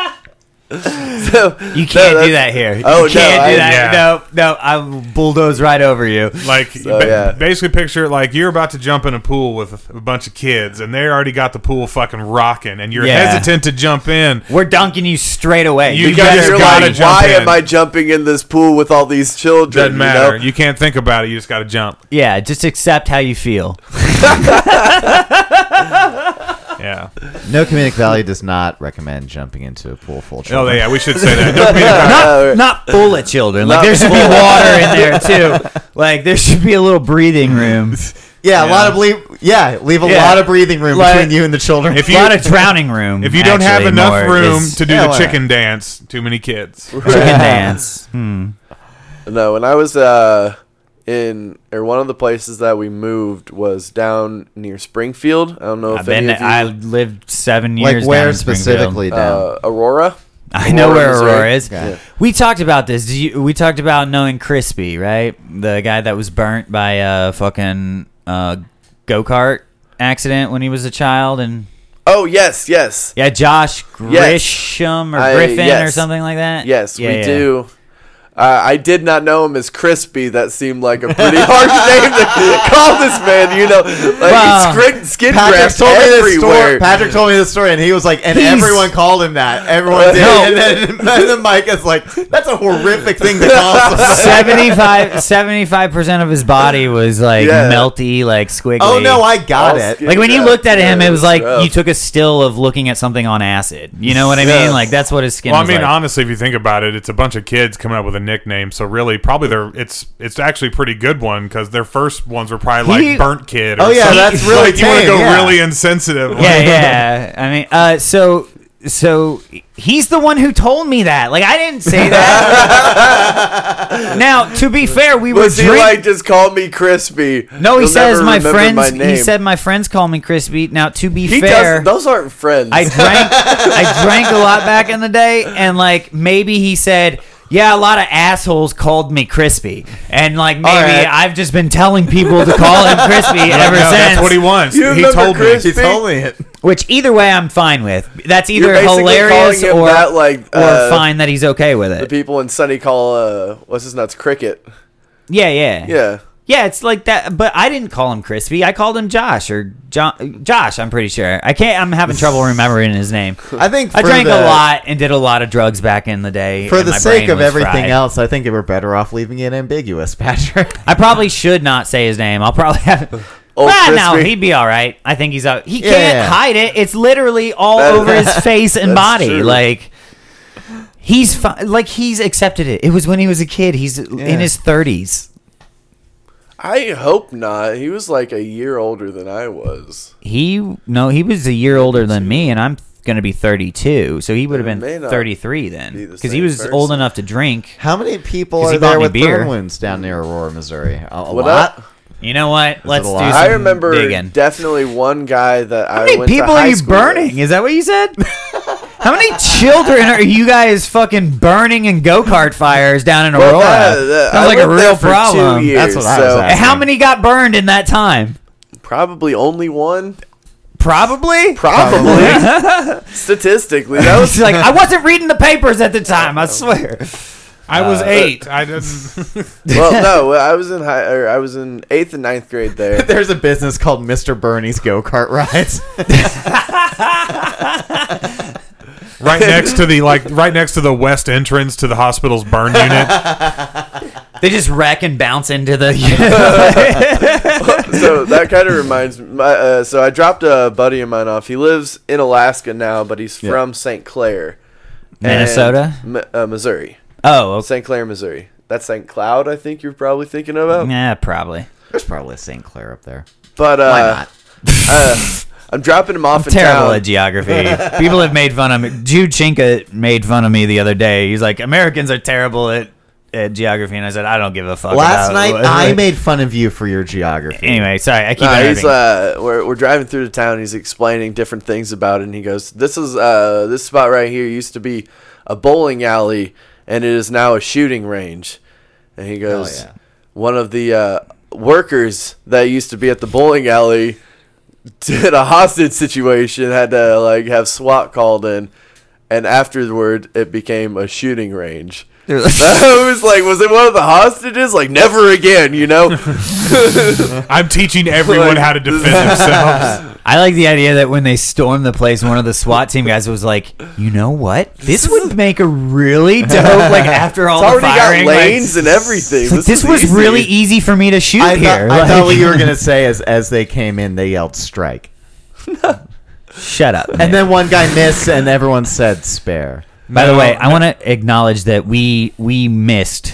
Speaker 4: so
Speaker 2: you can't
Speaker 4: no,
Speaker 2: do that
Speaker 4: that's-
Speaker 2: here. You
Speaker 4: Oh, no,
Speaker 2: can't do
Speaker 4: I-
Speaker 2: that.
Speaker 1: yeah.
Speaker 2: No, no, I'll bulldoze right over you.
Speaker 1: Like
Speaker 4: So,
Speaker 1: ba-
Speaker 4: yeah.
Speaker 1: basically picture it like you're about to jump in a pool with a bunch of kids and they already got the pool fucking rocking and you're
Speaker 2: Yeah.
Speaker 1: hesitant to jump in.
Speaker 2: We're dunking you straight away.
Speaker 1: You
Speaker 2: We
Speaker 1: guys
Speaker 2: better
Speaker 1: are
Speaker 4: you're
Speaker 1: gotta
Speaker 2: be-
Speaker 4: like,
Speaker 1: jump
Speaker 4: why
Speaker 1: in.
Speaker 4: am I jumping in this pool with all these children?
Speaker 1: Doesn't matter. You,
Speaker 4: You know?
Speaker 1: can't think about it. You just got to jump.
Speaker 2: yeah, just accept how you feel.
Speaker 1: Yeah.
Speaker 3: No comedic value does not recommend jumping into a pool full of
Speaker 1: Oh,
Speaker 3: children.
Speaker 1: yeah. We should say that. Don't be about-
Speaker 4: Uh,
Speaker 2: Not full of children. Like
Speaker 4: Not
Speaker 2: there should be water in there too. Like there should be a little breathing room,
Speaker 3: yeah, a lot of leave. Yeah, leave a
Speaker 2: Yeah.
Speaker 3: lot of breathing room
Speaker 2: Like-
Speaker 3: between you and the children.
Speaker 1: If
Speaker 2: a
Speaker 1: you
Speaker 2: lot of drowning room.
Speaker 1: if you don't have
Speaker 2: actually,
Speaker 1: enough
Speaker 2: more.
Speaker 1: room
Speaker 2: It's
Speaker 1: to do
Speaker 3: Yeah,
Speaker 1: the
Speaker 3: why not?
Speaker 1: chicken dance, too many kids.
Speaker 2: chicken dance.
Speaker 4: no, when I was uh in or one of the places that we moved was down near Springfield. I don't know if
Speaker 2: I've
Speaker 4: any
Speaker 2: been.
Speaker 4: of you,
Speaker 2: I lived seven years.
Speaker 3: like where
Speaker 2: down in Springfield.
Speaker 3: specifically down?
Speaker 4: uh, Aurora.
Speaker 2: I know where
Speaker 4: Missouri.
Speaker 2: Aurora is.
Speaker 3: Yeah.
Speaker 2: We talked about this. Do you, we talked about knowing Crispy, right? The guy that was burnt by a fucking uh, go kart accident when he was a child, and
Speaker 4: Oh yes, yes.
Speaker 2: yeah, Josh
Speaker 4: Yes.
Speaker 2: Grisham or
Speaker 4: I-
Speaker 2: Griffin or
Speaker 4: yes.
Speaker 2: something like that.
Speaker 4: Yes,
Speaker 2: Yeah,
Speaker 4: we
Speaker 2: yeah.
Speaker 4: do. Uh, I did not know him as Crispy. That seemed like a pretty hard name to call this man. You know, like
Speaker 2: Wow.
Speaker 4: skin, skin
Speaker 3: Patrick
Speaker 4: grafts
Speaker 3: told me this story.
Speaker 4: everywhere.
Speaker 3: Patrick told me this story, and he was like, and
Speaker 2: He's-
Speaker 3: everyone called him that. Everyone did.
Speaker 4: No.
Speaker 3: And then, and then Mike is like, that's a horrific thing to call somebody.
Speaker 2: 75 percent of his body was like
Speaker 4: Yeah.
Speaker 2: melty, like squiggly.
Speaker 3: Oh no, I got
Speaker 4: All
Speaker 3: it.
Speaker 4: skin
Speaker 2: like when you
Speaker 4: graft.
Speaker 2: looked at him,
Speaker 4: Yeah,
Speaker 2: it was like
Speaker 4: rough.
Speaker 2: you took a still of looking at something on acid. You know what I mean?
Speaker 4: Yeah.
Speaker 2: Like that's what his skin.
Speaker 1: Well, I
Speaker 2: was
Speaker 1: mean,
Speaker 2: like.
Speaker 1: honestly, if you think about it, it's a bunch of kids coming up with a nickname. So really, probably they're it's it's actually a pretty good one because their first ones were probably like
Speaker 2: He-
Speaker 1: burnt kid. Or
Speaker 3: Oh, yeah,
Speaker 1: something.
Speaker 3: that's really
Speaker 1: like you want to
Speaker 3: tame,
Speaker 1: go
Speaker 3: yeah.
Speaker 1: really insensitive.
Speaker 2: yeah, yeah. I mean, uh, so so he's the one who told me that. Like I didn't say that. now, to be fair, we were
Speaker 4: Was he
Speaker 2: drinking.
Speaker 4: like just call me Crispy?
Speaker 2: no, he
Speaker 4: You'll
Speaker 2: says
Speaker 4: never
Speaker 2: my
Speaker 4: remember
Speaker 2: friends.
Speaker 4: my
Speaker 2: he
Speaker 4: name."
Speaker 2: said my friends call me crispy. Now, to be
Speaker 4: He
Speaker 2: fair,
Speaker 4: does. Those aren't friends.
Speaker 2: I drank I drank a lot back in the day and like maybe he said yeah, a lot of assholes called me crispy, and like maybe
Speaker 3: right.
Speaker 2: I've just been telling people to call him crispy ever
Speaker 1: No,
Speaker 2: since.
Speaker 1: that's what he wants.
Speaker 4: You
Speaker 1: he
Speaker 4: remember
Speaker 1: told
Speaker 4: Chris?
Speaker 1: me.
Speaker 3: He told me it.
Speaker 2: Which either way, I'm fine with. That's
Speaker 4: You're
Speaker 2: either
Speaker 4: basically
Speaker 2: hilarious
Speaker 4: calling him
Speaker 2: or
Speaker 4: that, like
Speaker 2: or
Speaker 4: uh,
Speaker 2: fine that he's okay with
Speaker 4: The
Speaker 2: it.
Speaker 4: people in Sunny call uh, what's his nuts cricket.
Speaker 2: Yeah, yeah,
Speaker 4: Yeah.
Speaker 2: yeah. It's like that, but I didn't call him Crispy. I called him Josh or John. Josh, I'm pretty sure. I can't. I'm having trouble remembering his name.
Speaker 3: I think
Speaker 2: I
Speaker 3: for
Speaker 2: drank
Speaker 3: the-
Speaker 2: a lot and did a lot of drugs back in the day.
Speaker 3: For
Speaker 2: and
Speaker 3: the
Speaker 2: my
Speaker 3: sake
Speaker 2: brain
Speaker 3: of
Speaker 2: was
Speaker 3: everything
Speaker 2: fried.
Speaker 3: else, I think you were better off leaving it ambiguous, Patrick.
Speaker 2: I probably should not say his name. I'll probably have.
Speaker 4: Old
Speaker 2: ah, no,
Speaker 4: Crispy.
Speaker 2: he'd be all right. I think he's out. He
Speaker 3: Yeah,
Speaker 2: can't
Speaker 3: yeah.
Speaker 2: hide it. It's literally all
Speaker 4: That-
Speaker 2: over his face and
Speaker 4: that's
Speaker 2: body.
Speaker 4: true.
Speaker 2: Like he's fi- like he's accepted it. It was when he was a kid. He's in his thirties.
Speaker 4: I hope not. He was like a year older than I was.
Speaker 2: He no, he was a year older than me, and I'm going to be thirty-two. So he would have
Speaker 4: It may
Speaker 2: been
Speaker 4: not
Speaker 2: thirty-three
Speaker 4: be
Speaker 2: then,
Speaker 4: the
Speaker 2: because he
Speaker 4: same
Speaker 2: was old
Speaker 4: person.
Speaker 2: enough to drink.
Speaker 3: How many people
Speaker 2: 'Cause he
Speaker 3: are
Speaker 2: bought
Speaker 3: there
Speaker 2: me
Speaker 3: with
Speaker 2: beer.
Speaker 3: burn wounds down near Aurora, Missouri? A, a
Speaker 4: What
Speaker 3: lot.
Speaker 4: up?
Speaker 2: You know what? Let's do.
Speaker 3: lot?
Speaker 2: Some
Speaker 4: I remember
Speaker 2: digging.
Speaker 4: definitely one guy that
Speaker 2: How
Speaker 4: I
Speaker 2: many
Speaker 4: went to
Speaker 2: people are
Speaker 4: high
Speaker 2: you
Speaker 4: school with.
Speaker 2: burning? Is that what you said? How many children are you guys fucking burning in go kart fires down in
Speaker 4: Well,
Speaker 2: Aurora?
Speaker 4: that- that- I
Speaker 2: Sounds like a
Speaker 4: lived there
Speaker 2: real
Speaker 4: for two
Speaker 2: problem.
Speaker 4: years,
Speaker 3: That's what I was
Speaker 4: so
Speaker 2: And
Speaker 3: asking.
Speaker 2: How many got burned in that time?
Speaker 4: Probably only one.
Speaker 2: Probably.
Speaker 4: Probably. Statistically, that was
Speaker 2: She's like, I wasn't reading the papers at the time. I swear.
Speaker 1: I was eight. I didn't.
Speaker 4: well. No, I was in high. Or I was in eighth and ninth grade there.
Speaker 3: There's a business called Mr. Bernie's Go Kart Rides.
Speaker 1: right next to the like, right next to the west entrance to the hospital's burn unit.
Speaker 2: They just wreck and bounce into the.
Speaker 4: so that kind of reminds me. My, uh, so I dropped a buddy of mine off. He lives in Alaska now, but he's from St. Clair, and
Speaker 2: Minnesota?
Speaker 4: Mi- uh, Missouri,
Speaker 2: oh, okay.
Speaker 4: St. Clair, Missouri. That's St. Cloud, I think you're probably thinking about.
Speaker 2: yeah, probably.
Speaker 3: There's probably a St. Clair up there.
Speaker 4: But uh,
Speaker 3: Why not?
Speaker 4: uh, I'm dropping him off in
Speaker 2: Terrible
Speaker 4: town.
Speaker 2: at geography. People have made fun of me. Jude Chinka made fun of me the other day. He's like, Americans are terrible at, at geography, and I said, I don't give a fuck.
Speaker 3: Last
Speaker 2: about
Speaker 3: night,
Speaker 2: it."
Speaker 3: I made fun of you for your geography.
Speaker 2: Anyway, sorry, I keep.
Speaker 4: Nah, he's
Speaker 2: interrupting.
Speaker 4: uh, we're, we're driving through the town. He's explaining different things about it, and he goes, "This is uh, this spot right here used to be a bowling alley, and it is now a shooting range." And he goes,
Speaker 3: yeah.
Speaker 4: "One of the uh, workers that used to be at the bowling alley did a hostage situation, had to like have SWAT called in, and afterward it became a shooting range." I was like, "Was it one of the hostages?" Like, never again, you know.
Speaker 1: I'm teaching everyone how to defend themselves.
Speaker 2: I like the idea that when they stormed the place, one of the SWAT team guys was like, "You know what? This would make a really dope like after all
Speaker 4: It's
Speaker 2: the
Speaker 4: already
Speaker 2: firing."
Speaker 4: got
Speaker 2: like-
Speaker 4: lanes and everything.
Speaker 2: It's like, this
Speaker 4: is
Speaker 2: was
Speaker 4: easy.
Speaker 2: really easy for me to shoot
Speaker 3: I,
Speaker 2: here.
Speaker 3: thought, I thought
Speaker 2: Like-
Speaker 3: what you were going to say is as they came in, they yelled strike.
Speaker 2: Shut up.
Speaker 3: And then one guy missed, and everyone said spare.
Speaker 2: By the
Speaker 1: No,
Speaker 2: way, I want to acknowledge that we we missed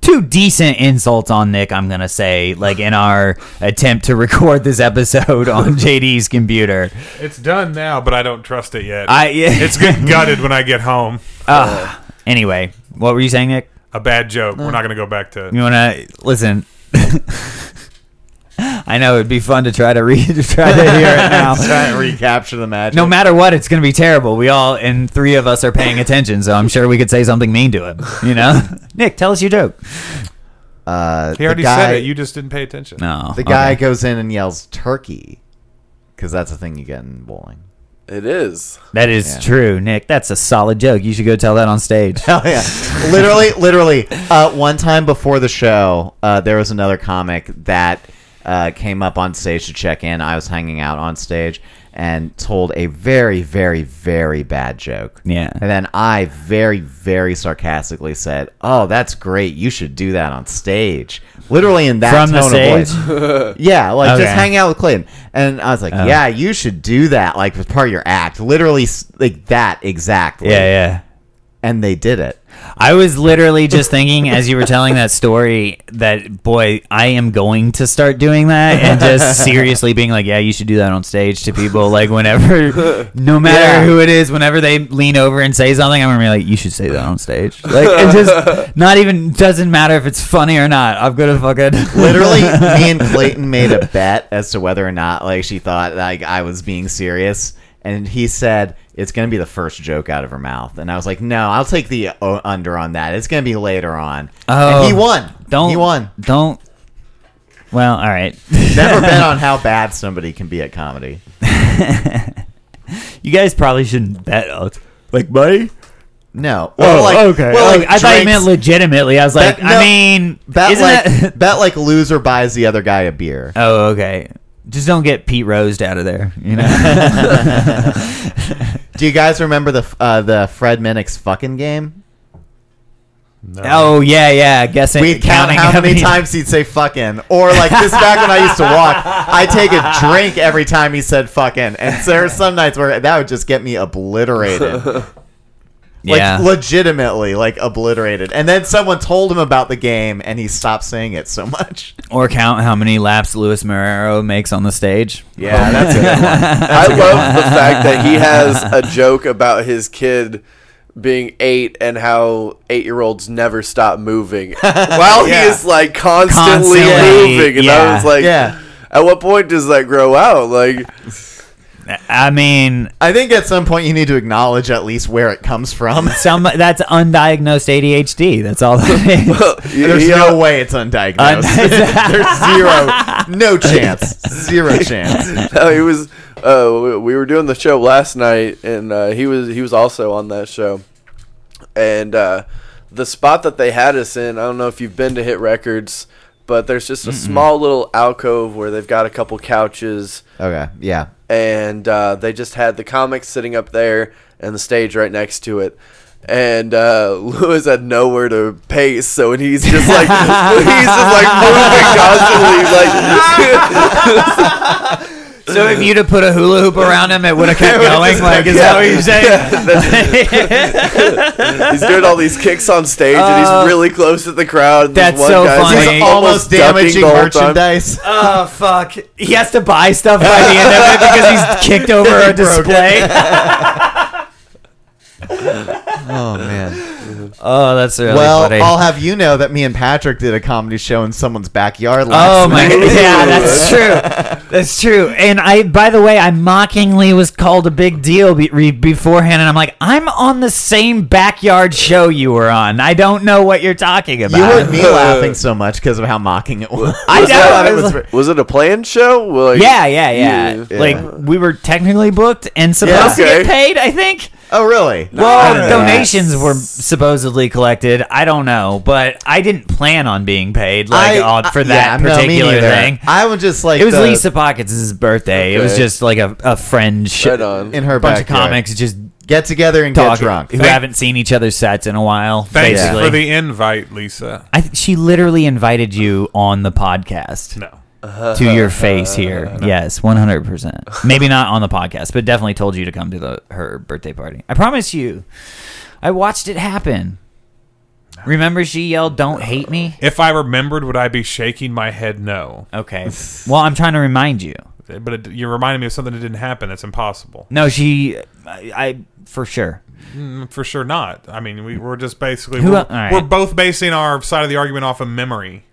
Speaker 2: two decent insults on Nick. I'm gonna say, like in our attempt to record this episode on JD's computer.
Speaker 1: It's done now, but I don't trust it yet.
Speaker 2: I yeah.
Speaker 1: it's getting gutted when I get home.
Speaker 2: Ah. anyway, what were you saying, Nick?
Speaker 1: A bad joke. We're not going to go back to it.
Speaker 2: You wanna listen? I know it'd be fun to try to read, to try to hear it now.
Speaker 3: Trying to recapture the magic.
Speaker 2: No matter what, it's gonna be terrible. We all and three of us are paying attention, so I'm sure we could say something mean to him. You know, Nick, tell us your joke.
Speaker 3: uh,
Speaker 1: He already
Speaker 3: the guy,
Speaker 1: said it. You just didn't pay attention.
Speaker 2: No,
Speaker 3: the guy goes in and yells turkey, because that's a thing you get in bowling.
Speaker 4: It is.
Speaker 2: That is
Speaker 3: Yeah.
Speaker 2: true, Nick. That's a solid joke. You should go tell that on stage.
Speaker 3: Hell Oh, yeah. literally, literally. Uh, one time before the show, uh, there was another comic that uh, came up on stage to check in. I was hanging out on stage and told a very, very, very bad joke.
Speaker 2: Yeah.
Speaker 3: And then I very, very sarcastically said, Oh, that's great. You should do that on stage. Literally in that
Speaker 2: From the
Speaker 3: tone
Speaker 2: stage?
Speaker 3: of voice. yeah, like
Speaker 2: Okay. Oh.
Speaker 3: just hang out with Clayton. And I was like, Yeah, you should do that, like as part of your act. Literally, s- like that exactly.
Speaker 2: Yeah, yeah.
Speaker 3: And they did it.
Speaker 2: I was literally just thinking as you were telling that story that boy, I am going to start doing that and just seriously being like, yeah, you should do that on stage to people. Like whenever, no matter
Speaker 3: Yeah.
Speaker 2: who it is, whenever they lean over and say something, I'm gonna be like, you should say that on stage. Like it just not even doesn't matter if it's funny or not. I'm gonna fucking
Speaker 3: Literally, me and Clayton made a bet as to whether or not like she thought like I was being serious, and he said it's gonna be the first joke out of her mouth, and I was like, no, I'll take the o- under on that. It's gonna be later on.
Speaker 2: Oh.
Speaker 3: and he won.
Speaker 2: Don't
Speaker 3: he won?
Speaker 2: Don't. Well, all right.
Speaker 3: Never bet on how bad somebody can be at comedy.
Speaker 2: You guys probably shouldn't bet on like money.
Speaker 3: No.
Speaker 2: Oh, okay.
Speaker 3: Well,
Speaker 2: Like, I thought you meant
Speaker 3: drinks-
Speaker 2: legitimately. I was like,
Speaker 3: no,
Speaker 2: I mean,
Speaker 3: Bet
Speaker 2: isn't
Speaker 3: like
Speaker 2: that-
Speaker 3: bet like loser buys the other guy a beer.
Speaker 2: oh, okay. Just don't get Pete Rose out of there. You know.
Speaker 3: Do you guys remember the f- uh, the Fred Minnick's fucking game?
Speaker 1: No.
Speaker 2: oh yeah, yeah. Guessing.
Speaker 3: We'd count
Speaker 2: counting
Speaker 3: how many times he'd say fucking. Or like this back when I used to walk, I take a drink every time he said fucking. And there are some nights where that would just get me obliterated. Like
Speaker 2: Yeah.
Speaker 3: legitimately, like obliterated. And then someone told him about the game and he stopped saying it so much.
Speaker 2: or count how many laps Luis Marrero makes on the stage.
Speaker 3: Yeah, that's a good one.
Speaker 4: I love the fact that he has a joke about his kid being eight and how eight year olds never stop moving while
Speaker 3: Yeah.
Speaker 4: he is like constantly,
Speaker 2: Constantly,
Speaker 4: moving. And
Speaker 2: yeah,
Speaker 4: I was like,
Speaker 3: yeah.
Speaker 4: at what point does that grow out? Like,
Speaker 2: I mean,
Speaker 3: I think at some point you need to acknowledge at least where it comes from.
Speaker 2: some that's undiagnosed ADHD. That's all that is.
Speaker 3: There's
Speaker 4: He- he
Speaker 3: no
Speaker 4: al-
Speaker 3: way it's undiagnosed.
Speaker 2: Undiagnosed.
Speaker 3: There's zero, no chance, zero chance.
Speaker 4: no, he was. Uh, we- we were doing the show last night, and uh, he was he was also on that show. And uh, the spot that they had us in, I don't know if you've been to Hit Records, but there's just a small little alcove where they've got a couple couches,
Speaker 3: Okay, yeah.
Speaker 4: and uh, they just had the comics sitting up there and the stage right next to it. And uh, Lewis had nowhere to pace, so when he's just like he's just like moving constantly, like
Speaker 2: So if you'd have put a hula hoop around him, it would have kept going. Like, is that what you're saying?
Speaker 4: he's doing all these kicks on stage and
Speaker 2: Uh,
Speaker 4: he's really close to the crowd. and this
Speaker 2: that's
Speaker 4: one
Speaker 2: so
Speaker 4: guy's
Speaker 2: funny.
Speaker 4: just
Speaker 2: Almost
Speaker 3: Almost
Speaker 4: ducking
Speaker 3: damaging
Speaker 4: the whole time.
Speaker 3: merchandise.
Speaker 2: oh fuck! He has to buy stuff by the end of it because he's kicked over a display.
Speaker 3: Oh man.
Speaker 2: oh, that's really
Speaker 3: well,
Speaker 2: funny.
Speaker 3: I'll have you know that me and Patrick did a comedy show in someone's backyard last
Speaker 2: Oh my
Speaker 3: night.
Speaker 2: god! Yeah, that's true. That's true. And I, by the way, I mockingly was called a big deal be- re- beforehand, and I'm like, I'm on the same backyard show you were on. I don't know what you're talking about.
Speaker 3: You heard me laughing so much because of how mocking it was.
Speaker 2: I know,
Speaker 3: thought
Speaker 2: I
Speaker 3: it
Speaker 2: was
Speaker 3: was
Speaker 2: like-
Speaker 4: Was it a planned show? Like,
Speaker 2: yeah, yeah, yeah,
Speaker 4: Yeah.
Speaker 2: Like we were technically booked and supposed
Speaker 4: Yeah.
Speaker 2: to get paid. I think.
Speaker 3: Oh really?
Speaker 2: Well,
Speaker 3: Nice.
Speaker 2: donations were supposedly collected. I don't know, but I didn't plan on being paid like on, for that
Speaker 3: yeah, no, me
Speaker 2: particular
Speaker 3: neither.
Speaker 2: thing.
Speaker 3: I was just like
Speaker 2: It was
Speaker 3: the-
Speaker 2: Lisa Pockets' birthday. It was
Speaker 4: Okay.
Speaker 2: just like a, a friend sh-
Speaker 4: Right on.
Speaker 3: in her
Speaker 2: a bunch of
Speaker 3: backyard.
Speaker 2: comics just
Speaker 3: Get together and
Speaker 2: talking,
Speaker 3: get drunk.
Speaker 2: who haven't seen each other's sets in a while.
Speaker 1: Thanks
Speaker 2: basically,
Speaker 1: for the invite, Lisa.
Speaker 2: I th- she literally invited you on the podcast
Speaker 1: No.
Speaker 2: to your face here. Yes, one hundred percent. Maybe not on the podcast, but definitely told you to come to the her birthday party. I promise you, I watched it happen. Remember, she yelled, "Don't hate me."
Speaker 1: If I remembered, would I be shaking my head? No.
Speaker 2: Okay. Well, I'm trying to remind you.
Speaker 1: But it, you're reminding me of something that didn't happen. That's impossible.
Speaker 2: No, she, I, I for sure.
Speaker 1: Mm, For sure not. I mean, we, we're just basically
Speaker 2: Who
Speaker 1: we're,
Speaker 2: el- all right.
Speaker 1: we're both basing our side of the argument off of memory.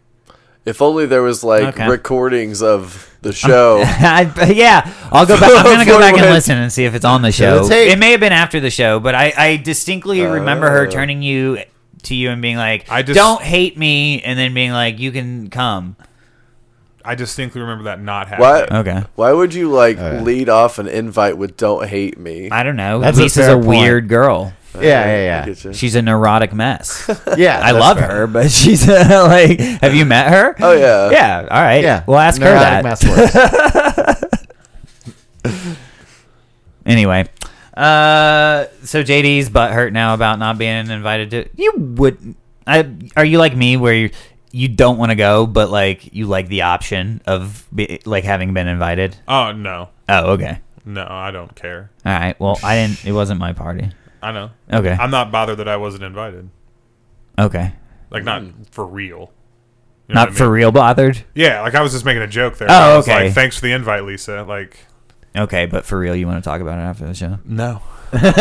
Speaker 4: If only there was like
Speaker 2: Okay.
Speaker 4: recordings of the show.
Speaker 2: I, yeah, I'll go back. I'm gonna go back and
Speaker 4: Forward.
Speaker 2: listen and see if it's on the show.
Speaker 3: the tape.
Speaker 2: It may have been after the show, but I, I distinctly remember her turning you to you and being like,
Speaker 1: Uh, I just-
Speaker 2: "Don't hate me," and then being like, "You can come."
Speaker 1: I distinctly remember that not happening.
Speaker 4: why?
Speaker 2: Okay.
Speaker 4: Why would you like
Speaker 3: Alright.
Speaker 4: lead off an invite with "Don't hate me"?
Speaker 2: I don't know.
Speaker 3: That's a
Speaker 2: Lisa's a,
Speaker 3: fair point.
Speaker 2: weird girl.
Speaker 3: Yeah,
Speaker 4: I
Speaker 3: yeah, yeah.
Speaker 4: get you.
Speaker 2: She's a neurotic mess.
Speaker 3: Yeah,
Speaker 2: I
Speaker 3: that's
Speaker 2: love
Speaker 3: fair.
Speaker 2: her, but she's uh, like, have you met her?
Speaker 4: Oh yeah.
Speaker 2: Yeah. All right.
Speaker 3: Yeah,
Speaker 2: We'll ask her
Speaker 3: Neurotic
Speaker 2: that.
Speaker 3: mass works.
Speaker 2: Anyway, uh, so JD's butt hurt now about not being invited to. You would. I are you like me where you you don't want to go, but like you like the option of be, like having been invited.
Speaker 1: Oh no,
Speaker 2: Oh, okay.
Speaker 1: no, I don't care.
Speaker 2: All right. Well, I didn't. It wasn't my party.
Speaker 1: I know.
Speaker 2: Okay.
Speaker 1: I'm not bothered that I wasn't invited.
Speaker 2: okay.
Speaker 1: Like not for real. You know
Speaker 2: Not
Speaker 1: what I
Speaker 2: for
Speaker 1: mean?
Speaker 2: real bothered.
Speaker 1: Yeah, like I was just making a joke there.
Speaker 2: Oh,
Speaker 1: I was
Speaker 2: okay.
Speaker 1: Like, Thanks for the invite, Lisa. Like
Speaker 2: Okay, but for real, you want to talk about it after the show?
Speaker 1: no.
Speaker 2: Wouldn't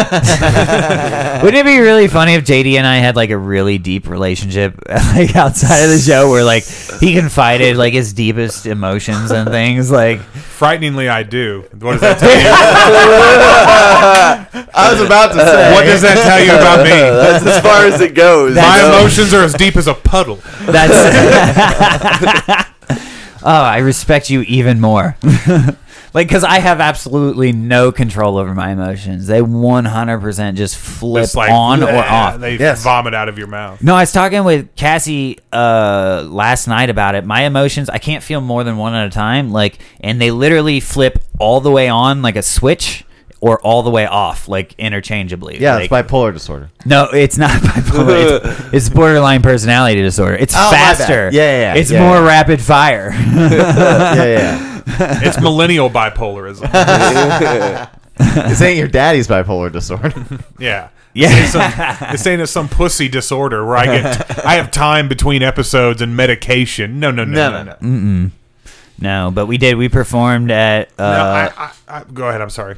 Speaker 2: it be really funny if JD and I had like a really deep relationship, like outside of the show, where like he confided like his deepest emotions and things, like.
Speaker 1: Frighteningly, I do. What does that tell you?
Speaker 3: I was about to say.
Speaker 1: what does that tell you about me?
Speaker 4: That's as far as it goes.
Speaker 1: My emotions are as deep as a puddle.
Speaker 2: That's. oh, I respect you even more. like, because I have absolutely no control over my emotions. They 100% just flip
Speaker 1: It's like
Speaker 2: on or
Speaker 1: "Yeah,"
Speaker 2: off.
Speaker 1: They
Speaker 3: Yes.
Speaker 1: vomit out of your mouth.
Speaker 2: No, I was talking with Cassie uh, last night about it. My emotions, I can't feel more than one at a time. Like, and they literally flip all the way on like a switch or all the way off, like interchangeably.
Speaker 3: Yeah,
Speaker 2: like,
Speaker 3: it's bipolar disorder.
Speaker 2: no, it's not bipolar. it's, it's borderline personality disorder. It's
Speaker 3: Oh, my bad.
Speaker 2: faster.
Speaker 3: Yeah, yeah, yeah.
Speaker 2: It's
Speaker 3: Yeah,
Speaker 2: more
Speaker 3: yeah.
Speaker 2: rapid fire.
Speaker 3: Yeah, yeah.
Speaker 1: It's millennial bipolarism.
Speaker 3: yeah. this ain't your daddy's bipolar disorder.
Speaker 1: Yeah.
Speaker 2: Yeah.
Speaker 1: This ain't, some, this ain't some pussy disorder where I get I have time between episodes and medication. No, no, no, no, no. no.
Speaker 2: no, but we did. We performed at. Uh,
Speaker 1: I, I, I, go ahead. I'm sorry.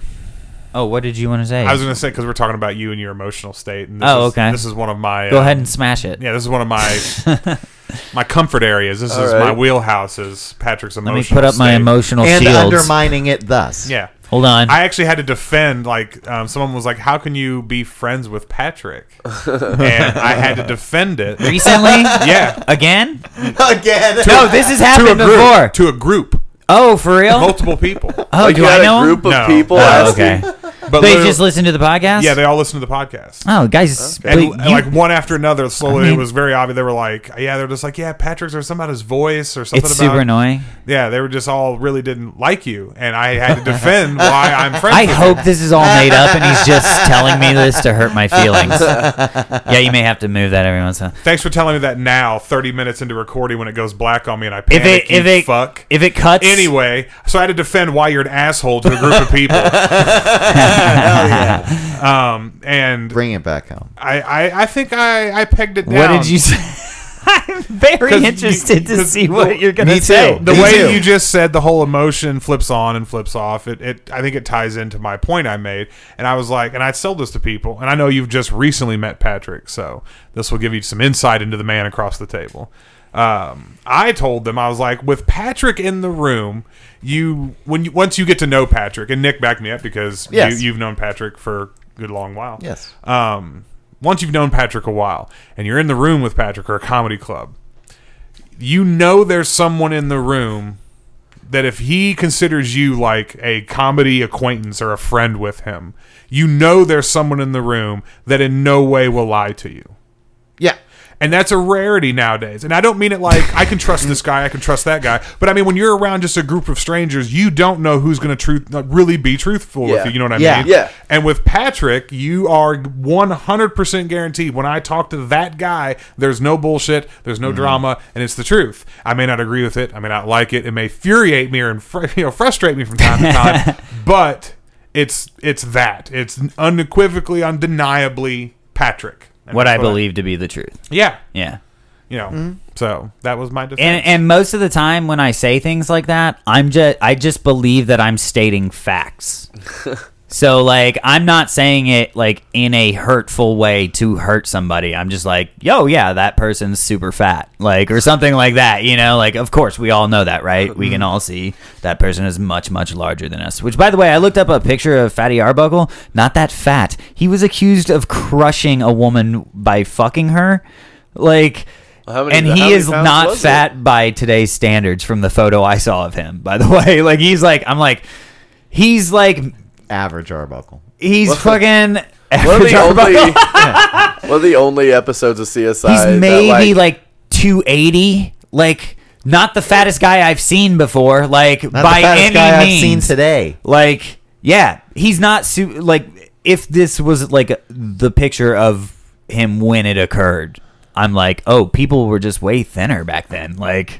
Speaker 2: oh, what did you want to say?
Speaker 1: I was going to say because we're talking about you and your emotional state. And this
Speaker 2: Oh,
Speaker 1: is,
Speaker 2: okay.
Speaker 1: This is one of my.
Speaker 2: Go
Speaker 1: uh,
Speaker 2: ahead and smash it.
Speaker 1: Yeah, this is one of my my comfort areas. This is
Speaker 4: right.
Speaker 1: my wheelhouse. Is Patrick's
Speaker 2: Let
Speaker 1: emotional.
Speaker 2: me put up my
Speaker 1: state.
Speaker 2: emotional
Speaker 3: and
Speaker 2: shields.
Speaker 3: undermining it thus.
Speaker 1: Yeah.
Speaker 2: Hold on.
Speaker 1: I actually had to defend. Like, um, someone was like, "How can you be friends with Patrick?" and I had to defend it.
Speaker 2: Recently?
Speaker 1: Yeah,
Speaker 2: Again?
Speaker 3: Again.
Speaker 2: No, this has happened
Speaker 1: to a group.
Speaker 2: before.
Speaker 1: To a group,
Speaker 2: Oh, for real?
Speaker 1: multiple people.
Speaker 2: Oh,
Speaker 4: Like
Speaker 2: do
Speaker 4: you
Speaker 2: I
Speaker 4: had
Speaker 2: know
Speaker 4: a
Speaker 2: 'em?
Speaker 4: group of
Speaker 1: No.
Speaker 4: people
Speaker 1: Oh,
Speaker 2: Oh,
Speaker 4: asking.
Speaker 2: okay.
Speaker 1: But
Speaker 2: They
Speaker 1: literally-
Speaker 2: just listen to the podcast.
Speaker 1: yeah, they all listen to the podcast.
Speaker 2: oh, guys,
Speaker 1: and
Speaker 2: but
Speaker 1: and,
Speaker 2: you-
Speaker 1: like one after another, slowly
Speaker 2: I mean-
Speaker 1: it was very obvious. They were like, yeah, they're just like, yeah, Patrick's or something about his voice or something
Speaker 2: it's
Speaker 1: about
Speaker 2: super annoying.
Speaker 1: yeah, they were just all really didn't like you, and I had to defend why I'm friends.
Speaker 2: I
Speaker 1: with
Speaker 2: hope this is all made up, and he's just telling me this to hurt my feelings. yeah, you may have to move that every once in a while.
Speaker 1: you. Thanks for telling me that now, 30 minutes into recording, when it goes black on me, and I
Speaker 2: If
Speaker 1: panic.
Speaker 2: it
Speaker 1: you
Speaker 2: if it
Speaker 1: fuck.
Speaker 2: if it cuts
Speaker 1: Anyway, so I had to defend why you're an asshole to a group of people. Um, and
Speaker 3: Bring it back home.
Speaker 1: I, I, I think I, I pegged it down.
Speaker 2: What did you say? I'm very
Speaker 1: 'Cause you-
Speaker 2: interested to
Speaker 1: 'cause
Speaker 2: see
Speaker 1: the-
Speaker 2: what you're gonna
Speaker 3: Me too.
Speaker 2: say.
Speaker 1: the
Speaker 3: Me
Speaker 1: way
Speaker 3: too.
Speaker 1: you just said the whole emotion flips on and flips off it, it i think it ties into my point i made and i was like and i sold this to people and i know you've just recently met patrick so this will give you some insight into the man across the table um, i told them i was like with patrick in the room you when you once you get to know patrick and nick backed me up because
Speaker 3: Yes.
Speaker 1: you, you've known patrick for a good long while
Speaker 3: Yes.
Speaker 1: um, once you've known Patrick a while and you're in the room with Patrick or a comedy club, you know there's someone in the room that if he considers you like a comedy acquaintance or a friend with him, you know there's someone in the room that in no way will lie to you.
Speaker 3: Yeah.
Speaker 1: And that's a rarity nowadays. And I don't mean it like I can trust this guy, I can trust that guy. But I mean, when you're around just a group of strangers, you don't know who's going to truth like, really be truthful
Speaker 4: Yeah.
Speaker 1: with you. You know what I
Speaker 3: Yeah.
Speaker 1: mean?
Speaker 4: Yeah.
Speaker 1: And with Patrick, you are 100% guaranteed. When I talk to that guy, there's no bullshit, there's
Speaker 4: Mm-hmm.
Speaker 1: no drama, and it's the truth. I may not agree with it, I may not like it, it may infuriate me or infr- you know frustrate me from time to time, but it's it's that. It's unequivocally, undeniably Patrick. And
Speaker 2: What
Speaker 1: that's
Speaker 2: I believe to be the truth.
Speaker 1: yeah
Speaker 2: Yeah.
Speaker 1: you know.
Speaker 4: Mm-hmm.
Speaker 1: So that was my defense.
Speaker 2: And and most of the time when I say things like that, I'm just I just believe that I'm stating facts. so like I'm not saying it like in a hurtful way to hurt somebody. I'm just like, "Yo, yeah, that person's super fat." Like or something like that, you know? Like of course we all know that, right? We
Speaker 4: Mm-hmm.
Speaker 2: can all see that person is much much larger than us. Which by the way, I looked up a picture of Fatty Arbuckle, not that fat. He was accused of crushing a woman by fucking her. Like
Speaker 4: How many-
Speaker 2: and
Speaker 4: how
Speaker 2: he
Speaker 4: many
Speaker 2: is
Speaker 4: pounds
Speaker 2: not
Speaker 4: was it?
Speaker 2: fat by today's standards from the photo I saw of him, by the way. Like he's like I'm like he's like
Speaker 3: Average Arbuckle.
Speaker 2: he's fucking
Speaker 4: One of the only,
Speaker 2: he's
Speaker 4: one of the only episodes of CSI. that,
Speaker 2: maybe like, 280, like not the fattest guy I've seen before, like
Speaker 3: Not
Speaker 2: by
Speaker 3: the fattest
Speaker 2: any
Speaker 3: guy
Speaker 2: means.
Speaker 3: I've seen today.
Speaker 2: Like, yeah, he's not su- like if this was like the picture of him when it occurred. I'm like, oh, people were just way thinner back then. Like,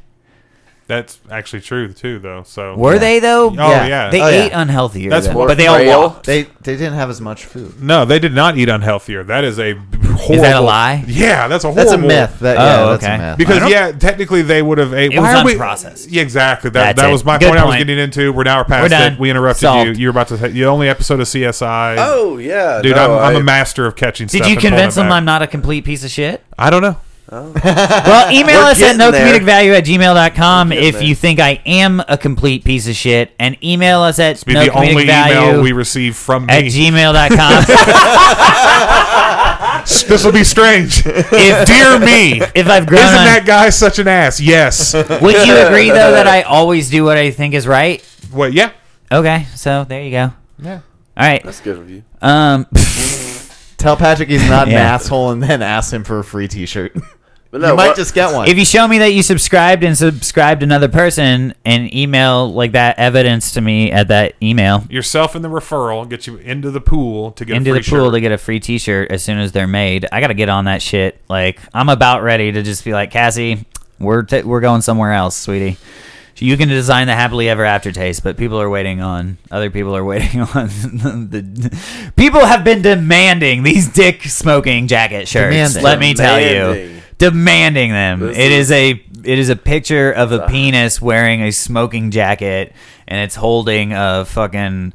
Speaker 1: that's actually true too, though. So
Speaker 2: were they though?
Speaker 1: Oh yeah.
Speaker 3: yeah.
Speaker 2: They
Speaker 3: Oh, yeah.
Speaker 2: ate unhealthier.
Speaker 1: That's
Speaker 2: then.
Speaker 1: more
Speaker 2: but they all
Speaker 4: frail.
Speaker 2: walked.
Speaker 3: They they didn't have as much food.
Speaker 1: no, they did not eat unhealthier. That is a horrible.
Speaker 2: lie?
Speaker 1: Yeah, that's a horrible.
Speaker 3: That's a myth. That, yeah,
Speaker 2: Oh,
Speaker 3: that's
Speaker 2: okay.
Speaker 3: a myth.
Speaker 2: I
Speaker 1: Because
Speaker 2: don't-
Speaker 1: yeah, technically they would have ate.
Speaker 2: It
Speaker 1: why
Speaker 2: was
Speaker 1: are we-
Speaker 2: unprocessed.
Speaker 1: Yeah, exactly. That,
Speaker 2: That's
Speaker 1: that
Speaker 2: it.
Speaker 1: was my
Speaker 2: Good
Speaker 1: point, I was
Speaker 2: point.
Speaker 1: getting into. We're now past
Speaker 2: We're done.
Speaker 1: it. We interrupted
Speaker 2: Solved.
Speaker 1: you. You're about to say the only episode of CSI.
Speaker 4: Oh yeah,
Speaker 1: dude,
Speaker 4: no,
Speaker 1: I'm, I'm
Speaker 4: I-
Speaker 1: a master of catching.
Speaker 2: Did
Speaker 1: stuff
Speaker 2: you
Speaker 1: and pulling
Speaker 2: convince
Speaker 1: it
Speaker 2: them
Speaker 1: back.
Speaker 2: I'm not a complete piece of shit?
Speaker 1: I don't know.
Speaker 2: Well, email
Speaker 4: We're
Speaker 2: us at
Speaker 4: getting there.
Speaker 2: nocomedicvalue at gmail.com
Speaker 4: We're
Speaker 2: if
Speaker 4: getting
Speaker 2: you think I am a complete piece of shit. And email us at
Speaker 1: Be the only email we
Speaker 2: nocomedicvalue
Speaker 1: receive from
Speaker 2: at
Speaker 1: me.
Speaker 2: gmail.com.
Speaker 1: this will be strange.
Speaker 2: if,
Speaker 1: Dear me,
Speaker 2: if I've grown
Speaker 1: isn't
Speaker 2: on-
Speaker 1: that guy such an ass? Yes.
Speaker 2: Would you agree, though, that I always do what I think is right?
Speaker 1: Wait, yeah,
Speaker 2: Okay, so there you go. All
Speaker 1: yeah.
Speaker 2: right.
Speaker 4: That's good of you.
Speaker 2: Um,
Speaker 3: Tell Patrick he's not an
Speaker 2: Yeah.
Speaker 3: asshole and then ask him for a free T-shirt. you
Speaker 4: But no,
Speaker 3: might
Speaker 4: what-
Speaker 3: just get one.
Speaker 2: if you show me that you subscribed and subscribed another person and email like that evidence to me at that email,
Speaker 1: yourself in the referral, get you into the pool to get
Speaker 2: into
Speaker 1: a
Speaker 2: the
Speaker 1: free
Speaker 2: pool
Speaker 1: shirt.
Speaker 2: to get a free t-shirt as soon as they're made. I got to get on that shit. Like I'm about ready to just be like, "Cassie, we're t- we're going somewhere else, sweetie." You can design the happily ever after taste, but people are waiting on other people are waiting on the people have been demanding these dick smoking jacket shirts.
Speaker 3: Demanding.
Speaker 2: Let me tell you.
Speaker 4: Demanding.
Speaker 2: Demanding them.
Speaker 4: This
Speaker 2: it
Speaker 4: is-
Speaker 2: is a it is a picture of a penis wearing a smoking jacket and it's holding a fucking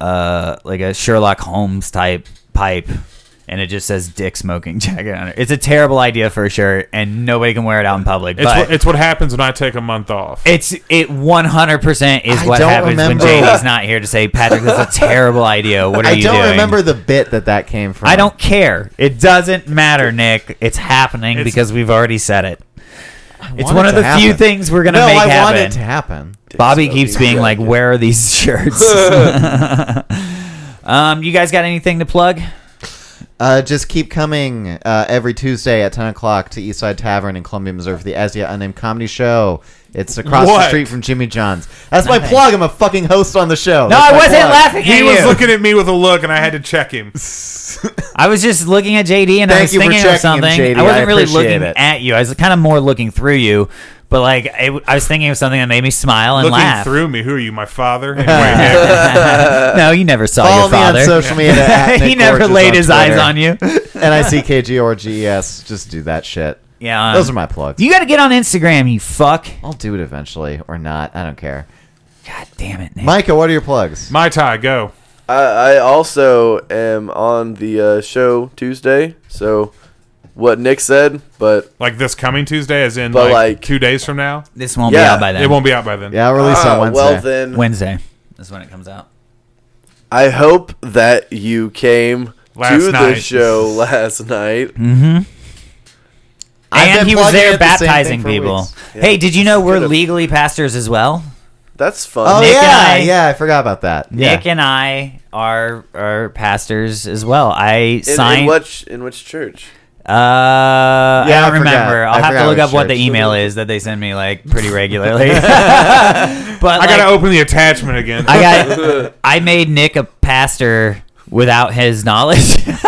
Speaker 2: uh, like a Sherlock Holmes type pipe, and it just says "dick smoking" jacket on it. It's a terrible idea for a shirt, and nobody can wear it out in public.
Speaker 1: It's
Speaker 2: but
Speaker 1: what, it's what happens when I take a month off.
Speaker 2: It's it one hundred percent is
Speaker 3: I
Speaker 2: what
Speaker 3: don't
Speaker 2: happens
Speaker 3: remember-
Speaker 2: when JD's not here to say, Patrick, that's a terrible idea. What are
Speaker 3: I
Speaker 2: you
Speaker 3: don't
Speaker 2: doing?
Speaker 3: remember the bit that that came from.
Speaker 2: I don't care. It doesn't matter, Nick. It's happening
Speaker 1: It's-
Speaker 2: because we've already said it. It's
Speaker 3: want
Speaker 2: one
Speaker 3: it
Speaker 2: of
Speaker 3: to
Speaker 2: the few
Speaker 3: happen.
Speaker 2: things we're gonna
Speaker 3: no,
Speaker 2: make
Speaker 3: I
Speaker 2: happen.
Speaker 3: want it to happen.
Speaker 2: Bobby
Speaker 4: smoking
Speaker 2: keeps being like,
Speaker 4: jacket.
Speaker 2: "Where are these shirts?" um, you guys got anything to plug?
Speaker 3: Uh, just keep coming uh, every Tuesday at 10 o'clock to Eastside Tavern in Columbia, Missouri for the As Yet Unnamed Comedy Show. It's across the
Speaker 1: What?
Speaker 3: street from Jimmy John's. That's my plug. I'm a fucking host on the show.
Speaker 2: No,
Speaker 3: That's
Speaker 2: I
Speaker 3: my
Speaker 2: wasn't
Speaker 3: plug.
Speaker 2: laughing at
Speaker 1: he
Speaker 2: you.
Speaker 1: was looking at me with a look, and I had to check him.
Speaker 2: I was just looking at JD and I
Speaker 3: Thank
Speaker 2: was
Speaker 3: you for
Speaker 2: thinking
Speaker 3: checking
Speaker 2: of
Speaker 3: him,
Speaker 2: something.
Speaker 3: JD.
Speaker 2: I wasn't
Speaker 3: I
Speaker 2: really
Speaker 3: appreciate
Speaker 2: looking
Speaker 3: it.
Speaker 2: at you. I was kind of more looking through you, but like I, I was thinking of something that made me smile and
Speaker 1: Looking
Speaker 2: laugh.
Speaker 1: through me, who are you, my father? Anyway,
Speaker 2: no, you never saw
Speaker 3: Follow
Speaker 2: your
Speaker 3: me on
Speaker 2: father.
Speaker 3: social media. at
Speaker 2: he
Speaker 3: Nick
Speaker 2: never
Speaker 3: Gorgeous
Speaker 2: laid
Speaker 3: on
Speaker 2: his eyes
Speaker 3: Twitter.
Speaker 2: on you.
Speaker 3: N-I-C-K-G-O-R-G-E-S. E Just do that shit.
Speaker 2: Yeah, um,
Speaker 3: Those are my plugs.
Speaker 2: You got to get on Instagram, you fuck.
Speaker 3: I'll do it eventually or not. I don't care.
Speaker 2: God damn it, Nick.
Speaker 3: Micah, what are your plugs?
Speaker 1: my tie, go.
Speaker 4: I, I also am on the uh, show Tuesday, so what Nick said, but
Speaker 1: Like this coming Tuesday, as in
Speaker 4: But,
Speaker 1: like,
Speaker 4: like-
Speaker 1: two days from now.
Speaker 2: this won't be
Speaker 4: Yeah,
Speaker 2: out by then.
Speaker 1: It won't be out by then.
Speaker 3: Yeah, I'll release
Speaker 4: Ah,
Speaker 3: on Wednesday.
Speaker 4: well then,
Speaker 2: Wednesday is when it comes out.
Speaker 4: I hope that you came
Speaker 1: Last
Speaker 4: to the
Speaker 1: night.
Speaker 4: show last night.
Speaker 2: Mm.
Speaker 3: I've been
Speaker 2: and he was
Speaker 3: plugging
Speaker 2: there
Speaker 3: it the same thing
Speaker 2: baptizing
Speaker 3: for
Speaker 2: people.
Speaker 3: weeks.
Speaker 2: Hey, did you know we're
Speaker 4: Could've-
Speaker 2: legally pastors as well?
Speaker 4: That's fun.
Speaker 3: Oh
Speaker 2: Nick and
Speaker 3: yeah,
Speaker 2: I-
Speaker 3: yeah. I forgot about that. Yeah.
Speaker 2: Nick and I are are pastors as well. I
Speaker 4: in,
Speaker 2: signed.
Speaker 4: in which in which church?
Speaker 2: uh, I
Speaker 3: Yeah, I
Speaker 2: don't
Speaker 3: forgot.
Speaker 2: remember.
Speaker 3: I
Speaker 2: I'll have
Speaker 3: forgot
Speaker 2: to look
Speaker 3: which
Speaker 2: up what the
Speaker 3: church.
Speaker 2: email is that they send me like pretty regularly. but I
Speaker 1: I gotta open the attachment again.
Speaker 2: I got. I made Nick a pastor without his knowledge, and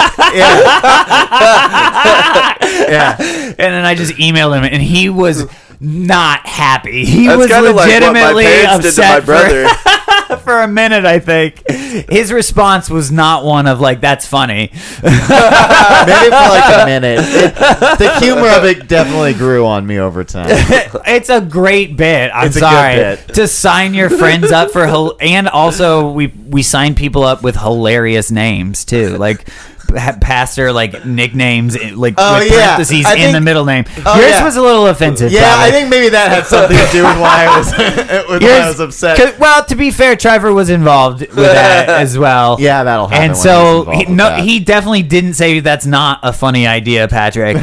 Speaker 3: yeah.
Speaker 2: then I just emailed him, and he was not happy. He
Speaker 4: That's
Speaker 2: was
Speaker 4: kind of like what my
Speaker 2: legitimately
Speaker 4: parents did to my
Speaker 2: upset for,
Speaker 4: brother.
Speaker 2: for a minute. I think his response was not one of like "That's funny."
Speaker 3: Maybe for like a minute. It- the humor of it definitely grew on me over time.
Speaker 2: it's a great bit. I'm
Speaker 3: It's a good
Speaker 2: sorry
Speaker 3: bit.
Speaker 2: to sign your friends up for hil- and also we we sign people up with hilarious names too, like. pa- Pastor like nicknames eh, like
Speaker 3: Oh,
Speaker 2: with
Speaker 3: yeah.
Speaker 2: parentheses
Speaker 3: I
Speaker 2: in
Speaker 3: think-
Speaker 2: the middle name.
Speaker 3: Oh,
Speaker 2: Yours
Speaker 3: yeah.
Speaker 2: was a little offensive.
Speaker 3: Yeah, I
Speaker 2: probably.
Speaker 3: think maybe that had something to do with why I was with why I was upset.
Speaker 2: 'cause- Well, to be fair, Trevor was involved with that as well.
Speaker 3: Yeah, that'll happen.
Speaker 2: and
Speaker 3: when
Speaker 2: so
Speaker 3: he's involved
Speaker 2: he,
Speaker 3: with
Speaker 2: no,
Speaker 3: that.
Speaker 2: he definitely didn't say that's not a funny idea, Patrick.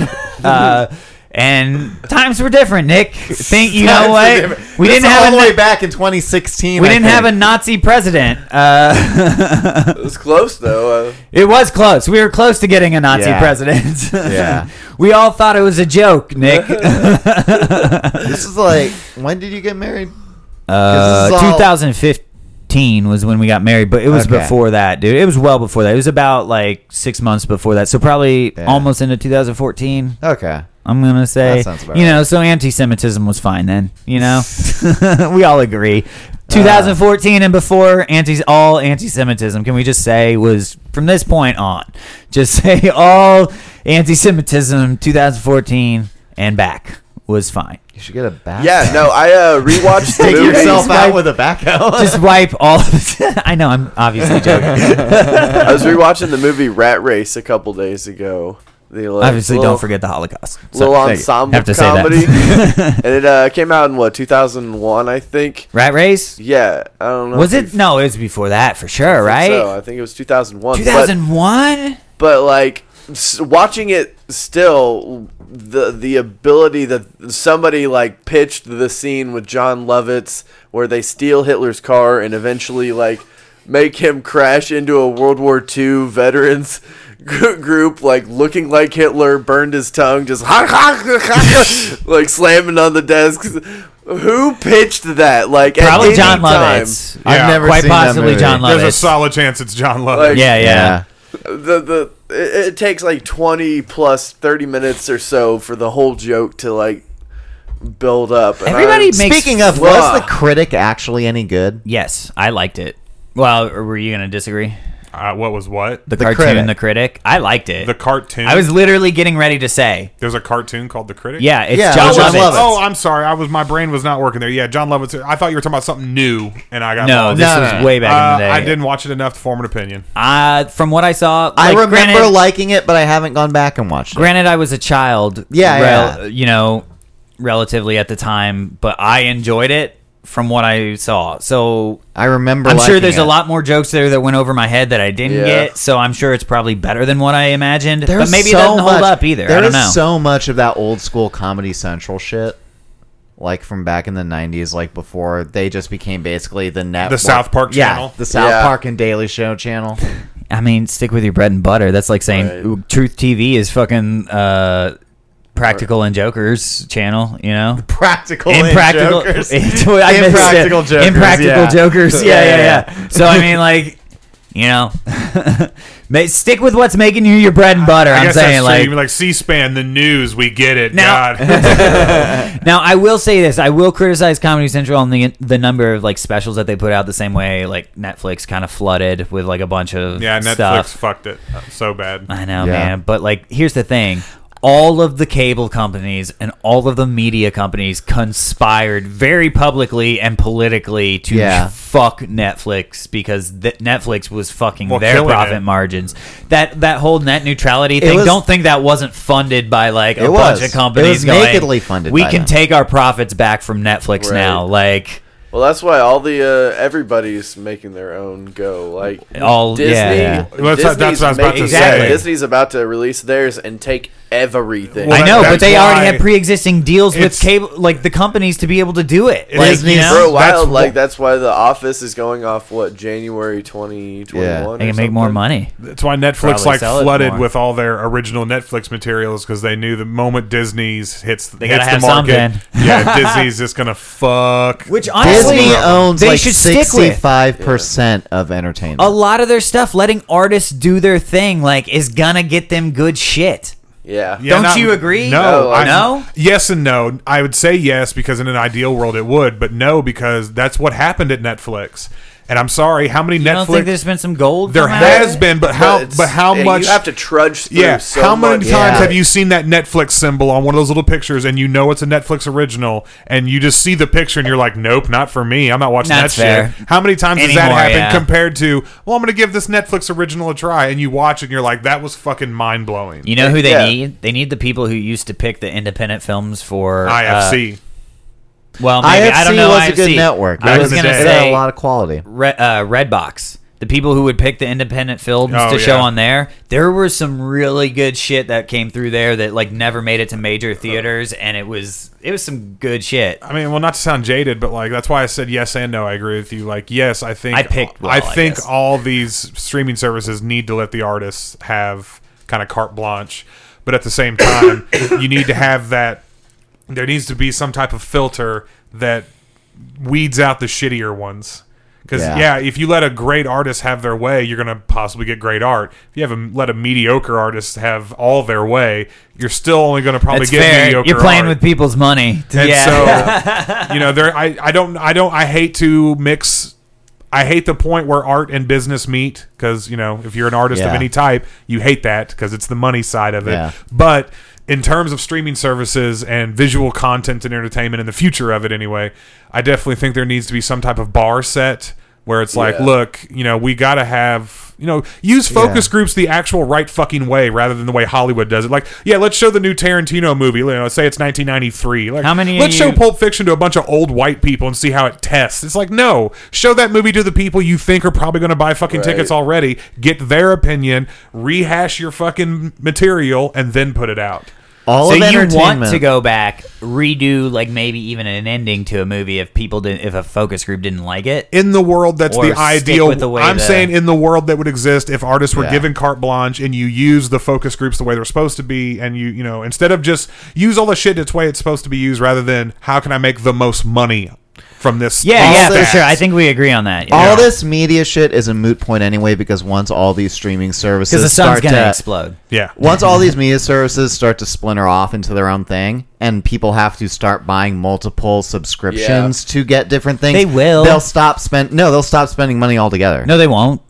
Speaker 2: uh, and times were different, Nick. Think you know
Speaker 3: Times are
Speaker 2: what?
Speaker 3: different.
Speaker 2: We
Speaker 3: This
Speaker 2: didn't
Speaker 3: is all
Speaker 2: have
Speaker 3: the
Speaker 2: a
Speaker 3: way back in 2016.
Speaker 2: we
Speaker 3: I
Speaker 2: didn't have a
Speaker 3: think.
Speaker 2: Nazi president. Uh,
Speaker 4: it was close though. Uh,
Speaker 2: it was close. We were close to getting a Nazi
Speaker 3: Yeah.
Speaker 2: president.
Speaker 3: Yeah.
Speaker 2: we all thought it was a joke, Nick. Uh,
Speaker 3: This is like when did you get married?
Speaker 2: Uh,
Speaker 3: This is all-
Speaker 2: 2015 was when we got married, but it was
Speaker 3: Okay.
Speaker 2: before that, dude. It was well before that. It was about like six months before that, so probably
Speaker 3: Yeah.
Speaker 2: almost into 2014.
Speaker 3: Okay.
Speaker 2: I'm gonna say,
Speaker 3: That sounds about
Speaker 2: you know, so anti-Semitism was fine then. You know, we all agree.
Speaker 4: Uh,
Speaker 2: 2014 and before, anti all anti-Semitism. Can we just say was from this point on? Just say all anti-Semitism 2014 and back was fine.
Speaker 3: You should get a back.
Speaker 4: yeah, no, I uh, rewatched the
Speaker 3: Take
Speaker 4: movie.
Speaker 3: yourself out with a backhoe.
Speaker 2: Just wipe all. I know I'm obviously joking.
Speaker 4: I was rewatching the movie Rat Race a couple days ago. The, like,
Speaker 2: obviously,
Speaker 4: little-
Speaker 2: don't forget the Holocaust.
Speaker 4: Little
Speaker 2: Sorry.
Speaker 4: ensemble
Speaker 2: Have to say that.
Speaker 4: comedy, and it uh, came out in what 2001, I think.
Speaker 2: Rat race?
Speaker 4: Yeah, I don't know.
Speaker 2: Was
Speaker 4: if
Speaker 2: it? No, it was before that for sure,
Speaker 4: I think
Speaker 2: right?
Speaker 4: So I think it was 2001. but-
Speaker 2: 2001.
Speaker 4: but like s- watching it still the the ability that somebody like pitched the scene with John Lovitz where they steal Hitler's car and eventually like make him crash into a World War II veterans gr- group like looking like Hitler burned his tongue just like slamming on the desks who pitched that like at
Speaker 2: Probably
Speaker 4: any
Speaker 2: John
Speaker 4: time?
Speaker 2: Lovitz.
Speaker 1: Yeah.
Speaker 3: I've never
Speaker 2: Quite
Speaker 3: seen that
Speaker 2: possibly
Speaker 3: movie.
Speaker 2: John Lovitz.
Speaker 1: There's a solid chance it's John Lovitz.
Speaker 4: Like-
Speaker 2: yeah, yeah,
Speaker 3: Yeah.
Speaker 4: the the it, it takes like 20 plus 30 minutes or so for the whole joke to like build up and
Speaker 2: Everybody
Speaker 4: I'm-
Speaker 2: makes-
Speaker 3: Speaking of,
Speaker 4: Whoa.
Speaker 3: was the critic actually any good?
Speaker 2: Yes, I liked it. Well, or were you gonna disagree?
Speaker 1: uh, what was what
Speaker 2: The,
Speaker 1: the,
Speaker 2: cartoon,
Speaker 3: Critic.
Speaker 2: the critic. I liked it.
Speaker 1: cartoon.
Speaker 2: I was literally getting ready to say,
Speaker 1: there's a cartoon called The Critic.
Speaker 2: yeah, it's
Speaker 3: Yeah,
Speaker 2: John
Speaker 3: John
Speaker 2: Lovitz.
Speaker 3: Lovitz.
Speaker 1: Oh, I'm sorry. I was my brain was not working there. Yeah, John Lovitz. I thought you were talking about something new, and I got
Speaker 2: no,
Speaker 1: lost.
Speaker 2: this
Speaker 3: No,
Speaker 2: was
Speaker 3: no, no.
Speaker 2: way back
Speaker 1: Uh,
Speaker 2: in the day.
Speaker 1: I didn't watch it enough to form an opinion.
Speaker 2: Uh, from what I saw, like,
Speaker 3: I remember
Speaker 2: granted,
Speaker 3: liking it, but I haven't gone back and watched it.
Speaker 2: granted I was a child.
Speaker 3: Yeah, yeah.
Speaker 2: You know, relatively at the time, but I enjoyed it from what I saw. So
Speaker 3: I remember.
Speaker 2: I'm sure
Speaker 3: liking
Speaker 2: there's
Speaker 3: it.
Speaker 2: a lot more jokes there that went over my head that I didn't
Speaker 4: Yeah.
Speaker 2: get. So I'm sure it's probably better than what I imagined. but
Speaker 3: There's
Speaker 2: maybe
Speaker 3: so
Speaker 2: it doesn't
Speaker 3: much-
Speaker 2: hold up either.
Speaker 3: There
Speaker 2: I don't
Speaker 3: is
Speaker 2: know.
Speaker 3: so much of that old school Comedy Central shit, like from back in the '90s, like before they just became basically the
Speaker 2: Uh,
Speaker 3: net,
Speaker 1: The South Park
Speaker 3: yeah,
Speaker 1: channel.
Speaker 3: the South
Speaker 4: Yeah.
Speaker 3: Park and Daily Show channel.
Speaker 2: I mean, stick with your bread and butter. That's like saying
Speaker 4: Right.
Speaker 2: "Ooh, Truth TV is fucking uh, practical and jokers channel. You know,
Speaker 3: Practical
Speaker 2: impractical,
Speaker 3: Jokers.
Speaker 2: I missed
Speaker 3: Impractical
Speaker 2: it.
Speaker 3: Jokers.
Speaker 2: impractical
Speaker 3: yeah.
Speaker 2: jokers. Yeah, yeah, yeah. so I mean, like, you know, ma- stick with what's making you your bread and butter.
Speaker 1: I
Speaker 2: I'm
Speaker 1: guess
Speaker 2: saying,
Speaker 1: that's true.
Speaker 2: like,
Speaker 1: You'd be like C-SPAN, the news. We get it.
Speaker 2: Now-
Speaker 1: God.
Speaker 2: Now I will say this: I will criticize Comedy Central on the the number of like specials that they put out. The same way like Netflix kind of flooded with like a bunch of
Speaker 1: yeah, Netflix
Speaker 2: stuff.
Speaker 1: fucked it uh, so bad.
Speaker 2: I know,
Speaker 3: Yeah.
Speaker 2: man. But like, here's the thing: all of the cable companies and all of the media companies conspired very publicly and politically to
Speaker 3: Yeah.
Speaker 2: fuck Netflix because th- Netflix was fucking
Speaker 1: Well,
Speaker 2: their
Speaker 1: killing
Speaker 2: profit
Speaker 1: it.
Speaker 2: margins. That that whole net neutrality thing.
Speaker 3: was-
Speaker 2: don't think that wasn't funded by like a
Speaker 3: It
Speaker 2: bunch
Speaker 3: was.
Speaker 2: of
Speaker 3: It
Speaker 2: companies.
Speaker 3: was
Speaker 2: going,
Speaker 3: nakedly funded
Speaker 2: We
Speaker 3: by
Speaker 2: can
Speaker 3: them."
Speaker 2: take our profits back from Netflix
Speaker 4: Right.
Speaker 2: now. Like
Speaker 4: Well, that's why all the uh, everybody's making their own go. Like
Speaker 2: All-
Speaker 4: Disney,
Speaker 2: yeah, yeah.
Speaker 1: Well, that's- that's
Speaker 4: Disney's
Speaker 1: what I was about to
Speaker 4: making-
Speaker 2: say.
Speaker 4: Disney's about to release theirs and take everything.
Speaker 1: Well,
Speaker 2: I know,
Speaker 1: that-
Speaker 2: but they
Speaker 1: that's
Speaker 2: already
Speaker 1: why-
Speaker 2: had pre-existing deals with
Speaker 1: It's-
Speaker 2: cable, like the companies to be able to do it. Like,
Speaker 1: Disney's
Speaker 2: you
Speaker 4: for a
Speaker 2: know?
Speaker 4: while,
Speaker 1: That's wh-
Speaker 4: like that's why the office is going off what January twenty twenty one.
Speaker 2: they can make more money.
Speaker 1: That's why Netflix
Speaker 2: Probably
Speaker 1: like
Speaker 2: sell it
Speaker 1: flooded
Speaker 2: more.
Speaker 1: with all their original Netflix materials because they knew the moment Disney's hits, they
Speaker 2: gotta
Speaker 1: hits
Speaker 2: have
Speaker 1: the market,
Speaker 2: something.
Speaker 1: yeah, Disney's just gonna fuck.
Speaker 2: Which honestly,
Speaker 3: Disney owns
Speaker 2: they
Speaker 3: like
Speaker 2: should stick with.
Speaker 3: sixty-five percent of entertainment.
Speaker 2: A lot of their stuff, letting artists do their thing, like is gonna get them good shit.
Speaker 4: Yeah.
Speaker 1: Yeah,
Speaker 2: Don't you agree?
Speaker 1: No,
Speaker 4: No,
Speaker 1: I,
Speaker 2: no?
Speaker 1: Yes and no. I would say yes because in an ideal world it would, but no because that's what happened at Netflix. And I'm sorry, how many
Speaker 2: I don't think
Speaker 1: Netflix?
Speaker 2: there's been some gold.
Speaker 1: There
Speaker 2: come out
Speaker 1: has
Speaker 2: of it?
Speaker 1: been, but how? But,
Speaker 4: it's-
Speaker 1: how
Speaker 4: yeah,
Speaker 1: much?
Speaker 4: You have to trudge through.
Speaker 1: Yeah.
Speaker 4: so
Speaker 1: how many
Speaker 4: much.
Speaker 1: times
Speaker 3: Yeah.
Speaker 1: have you seen that Netflix symbol on one of those little pictures, and you know it's a Netflix original, and you just see the picture, and you're like, "Nope, not for me. I'm not watching
Speaker 2: That's
Speaker 1: that
Speaker 2: fair.
Speaker 1: shit." How many times has that
Speaker 2: Anymore,
Speaker 1: happened
Speaker 2: yeah.
Speaker 1: compared to? Well, I'm going to give this Netflix original a try, and you watch it, and you're like, "That was fucking mind blowing."
Speaker 2: You know who they
Speaker 4: Yeah.
Speaker 2: need? They need the people who used to pick the independent films for uh,
Speaker 1: IFC.
Speaker 2: well, maybe I don't
Speaker 3: IFC
Speaker 2: know.
Speaker 3: was
Speaker 2: IFC.
Speaker 3: a good network.
Speaker 2: I
Speaker 1: Back
Speaker 2: was
Speaker 1: in the
Speaker 2: gonna
Speaker 1: day.
Speaker 3: It had
Speaker 2: say
Speaker 3: a lot of quality.
Speaker 2: Re- uh, Redbox, the people who would pick the independent films
Speaker 1: Oh,
Speaker 2: to show
Speaker 1: yeah.
Speaker 2: on there, there were some really good shit that came through there that like never made it to major theaters, and it was it was some good shit.
Speaker 1: I mean, well, not to sound jaded, but like that's why I said yes and no. I agree with you. Like, yes, I think
Speaker 2: I picked well,
Speaker 1: I
Speaker 2: I
Speaker 1: think
Speaker 2: guess.
Speaker 1: all these streaming services need to let the artists have kind of carte blanche, but at the same time, you need to have that. There needs to be some type of filter that weeds out the shittier ones. Because yeah.
Speaker 3: Yeah.
Speaker 1: if you let a great artist have their way, you're gonna possibly get great art. If you have a, let a mediocre artist have all their way, you're still only gonna probably
Speaker 2: That's
Speaker 1: get
Speaker 2: fair.
Speaker 1: mediocre.
Speaker 2: You're playing
Speaker 1: art.
Speaker 2: with people's money.
Speaker 1: And
Speaker 2: yeah.
Speaker 1: so, you know, there. I, I don't. I don't. I hate to mix. I hate the point where art and business meet because you know if you're an artist of
Speaker 3: Yeah.
Speaker 1: any type, you hate that because it's the money side of it.
Speaker 3: Yeah.
Speaker 1: But in terms of streaming services and visual content and entertainment and the future of it, anyway, I definitely think there needs to be some type of bar set where it's like,
Speaker 4: Yeah.
Speaker 1: look, you know, we gotta have. You know, use focus groups the actual right fucking way rather than the way Hollywood does it. Like, yeah, let's show the new Tarantino movie. You know, say it's 1993. Like,
Speaker 2: How many
Speaker 1: Let's
Speaker 2: of
Speaker 1: show
Speaker 2: you-
Speaker 1: Pulp Fiction to a bunch of old white people and see how it tests. It's like no, show that movie to the people you think are probably going to buy fucking
Speaker 4: Right.
Speaker 1: tickets already. Get their opinion, rehash your fucking material, and then put it out.
Speaker 3: All
Speaker 2: so
Speaker 3: of
Speaker 2: you
Speaker 3: entertainment.
Speaker 2: want to go back, redo like maybe even an ending to a movie if people didn't, if a focus group didn't like it.
Speaker 1: In the world, that's
Speaker 2: Or
Speaker 1: the
Speaker 2: stick
Speaker 1: ideal.
Speaker 2: with the way
Speaker 1: I'm
Speaker 2: the-
Speaker 1: saying in the world that would exist if artists were
Speaker 3: Yeah.
Speaker 1: given carte blanche and you use the focus groups the way they're supposed to be, and you you know instead of just use all the shit its way it's supposed to be used, rather than how can I make the most money from this?
Speaker 2: yeah,
Speaker 1: all
Speaker 2: yeah, for
Speaker 1: that.
Speaker 2: sure. I think we agree on that. yeah.
Speaker 3: All this media shit is a moot point anyway because once all these streaming services
Speaker 2: the sun's
Speaker 3: start
Speaker 2: gonna
Speaker 3: to
Speaker 2: explode.
Speaker 1: yeah.
Speaker 3: once all these media services start to splinter off into their own thing and people have to start buying multiple subscriptions to get different things
Speaker 2: They will.
Speaker 3: they'll stop spend no they'll stop spending money altogether
Speaker 2: No, they won't.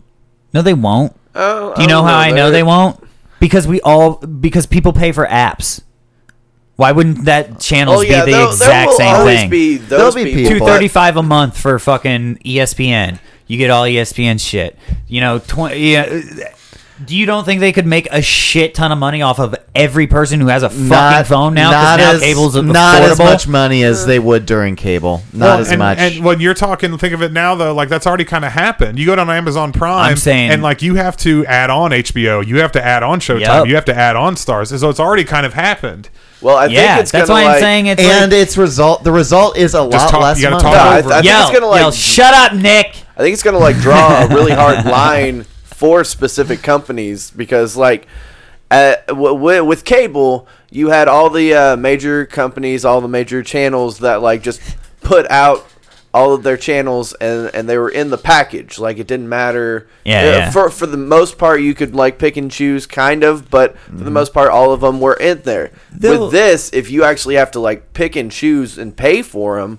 Speaker 2: No, they won't.
Speaker 4: Oh,
Speaker 2: Do you know
Speaker 4: don't
Speaker 2: how I know
Speaker 4: They're-
Speaker 2: they won't? Because we all because people pay for apps. Why wouldn't that channels
Speaker 4: Oh yeah,
Speaker 2: be
Speaker 4: there-
Speaker 2: the
Speaker 4: there
Speaker 2: exact
Speaker 4: will
Speaker 2: same
Speaker 4: always
Speaker 2: thing?
Speaker 4: be those
Speaker 3: There'll be
Speaker 4: people.
Speaker 3: people.
Speaker 2: Two thirty five a month for fucking E ESPN. You get all E ESPN shit. You know, twenty. Yeah. uh, Do you don't think they could make a shit ton of money off of every person who has a fucking phone now? 'Cause
Speaker 3: Not
Speaker 2: now
Speaker 3: as,
Speaker 2: cable's affordable.
Speaker 3: not as much money as they would during cable. Not
Speaker 1: Well,
Speaker 3: as
Speaker 1: and,
Speaker 3: much.
Speaker 1: And when you're talking, think of it now though, like that's already kind of happened. You go down to Amazon Prime,
Speaker 2: I'm saying-
Speaker 1: and like you have to add on HBO, you have to add on Showtime,
Speaker 2: Yup.
Speaker 1: you have to add on Stars, and so it's already kind of happened.
Speaker 4: Well, I
Speaker 2: yeah,
Speaker 4: think it's
Speaker 2: that's
Speaker 4: gonna,
Speaker 2: why
Speaker 4: like,
Speaker 2: I'm saying it's.
Speaker 3: and
Speaker 2: like,
Speaker 3: its result, the result is a lot
Speaker 1: talk-
Speaker 3: less
Speaker 1: you gotta talk
Speaker 3: money.
Speaker 4: No, I, I
Speaker 1: over.
Speaker 4: think
Speaker 2: yell,
Speaker 4: it's gonna like
Speaker 2: yell, shut up, Nick.
Speaker 4: I think it's going to like draw a really hard line for specific companies because like uh, w- w- with cable, you had all the uh, major companies, all the major channels that like just put out all of their channels and and they were in the package. Like it didn't matter.
Speaker 2: Yeah,
Speaker 4: Uh,
Speaker 2: yeah.
Speaker 4: For for the most part, you could like pick and choose, kind of, but
Speaker 2: Mm-hmm.
Speaker 4: for the most part, all of them were in there.
Speaker 2: They'll-
Speaker 4: with this, if you actually have to like pick and choose and pay for them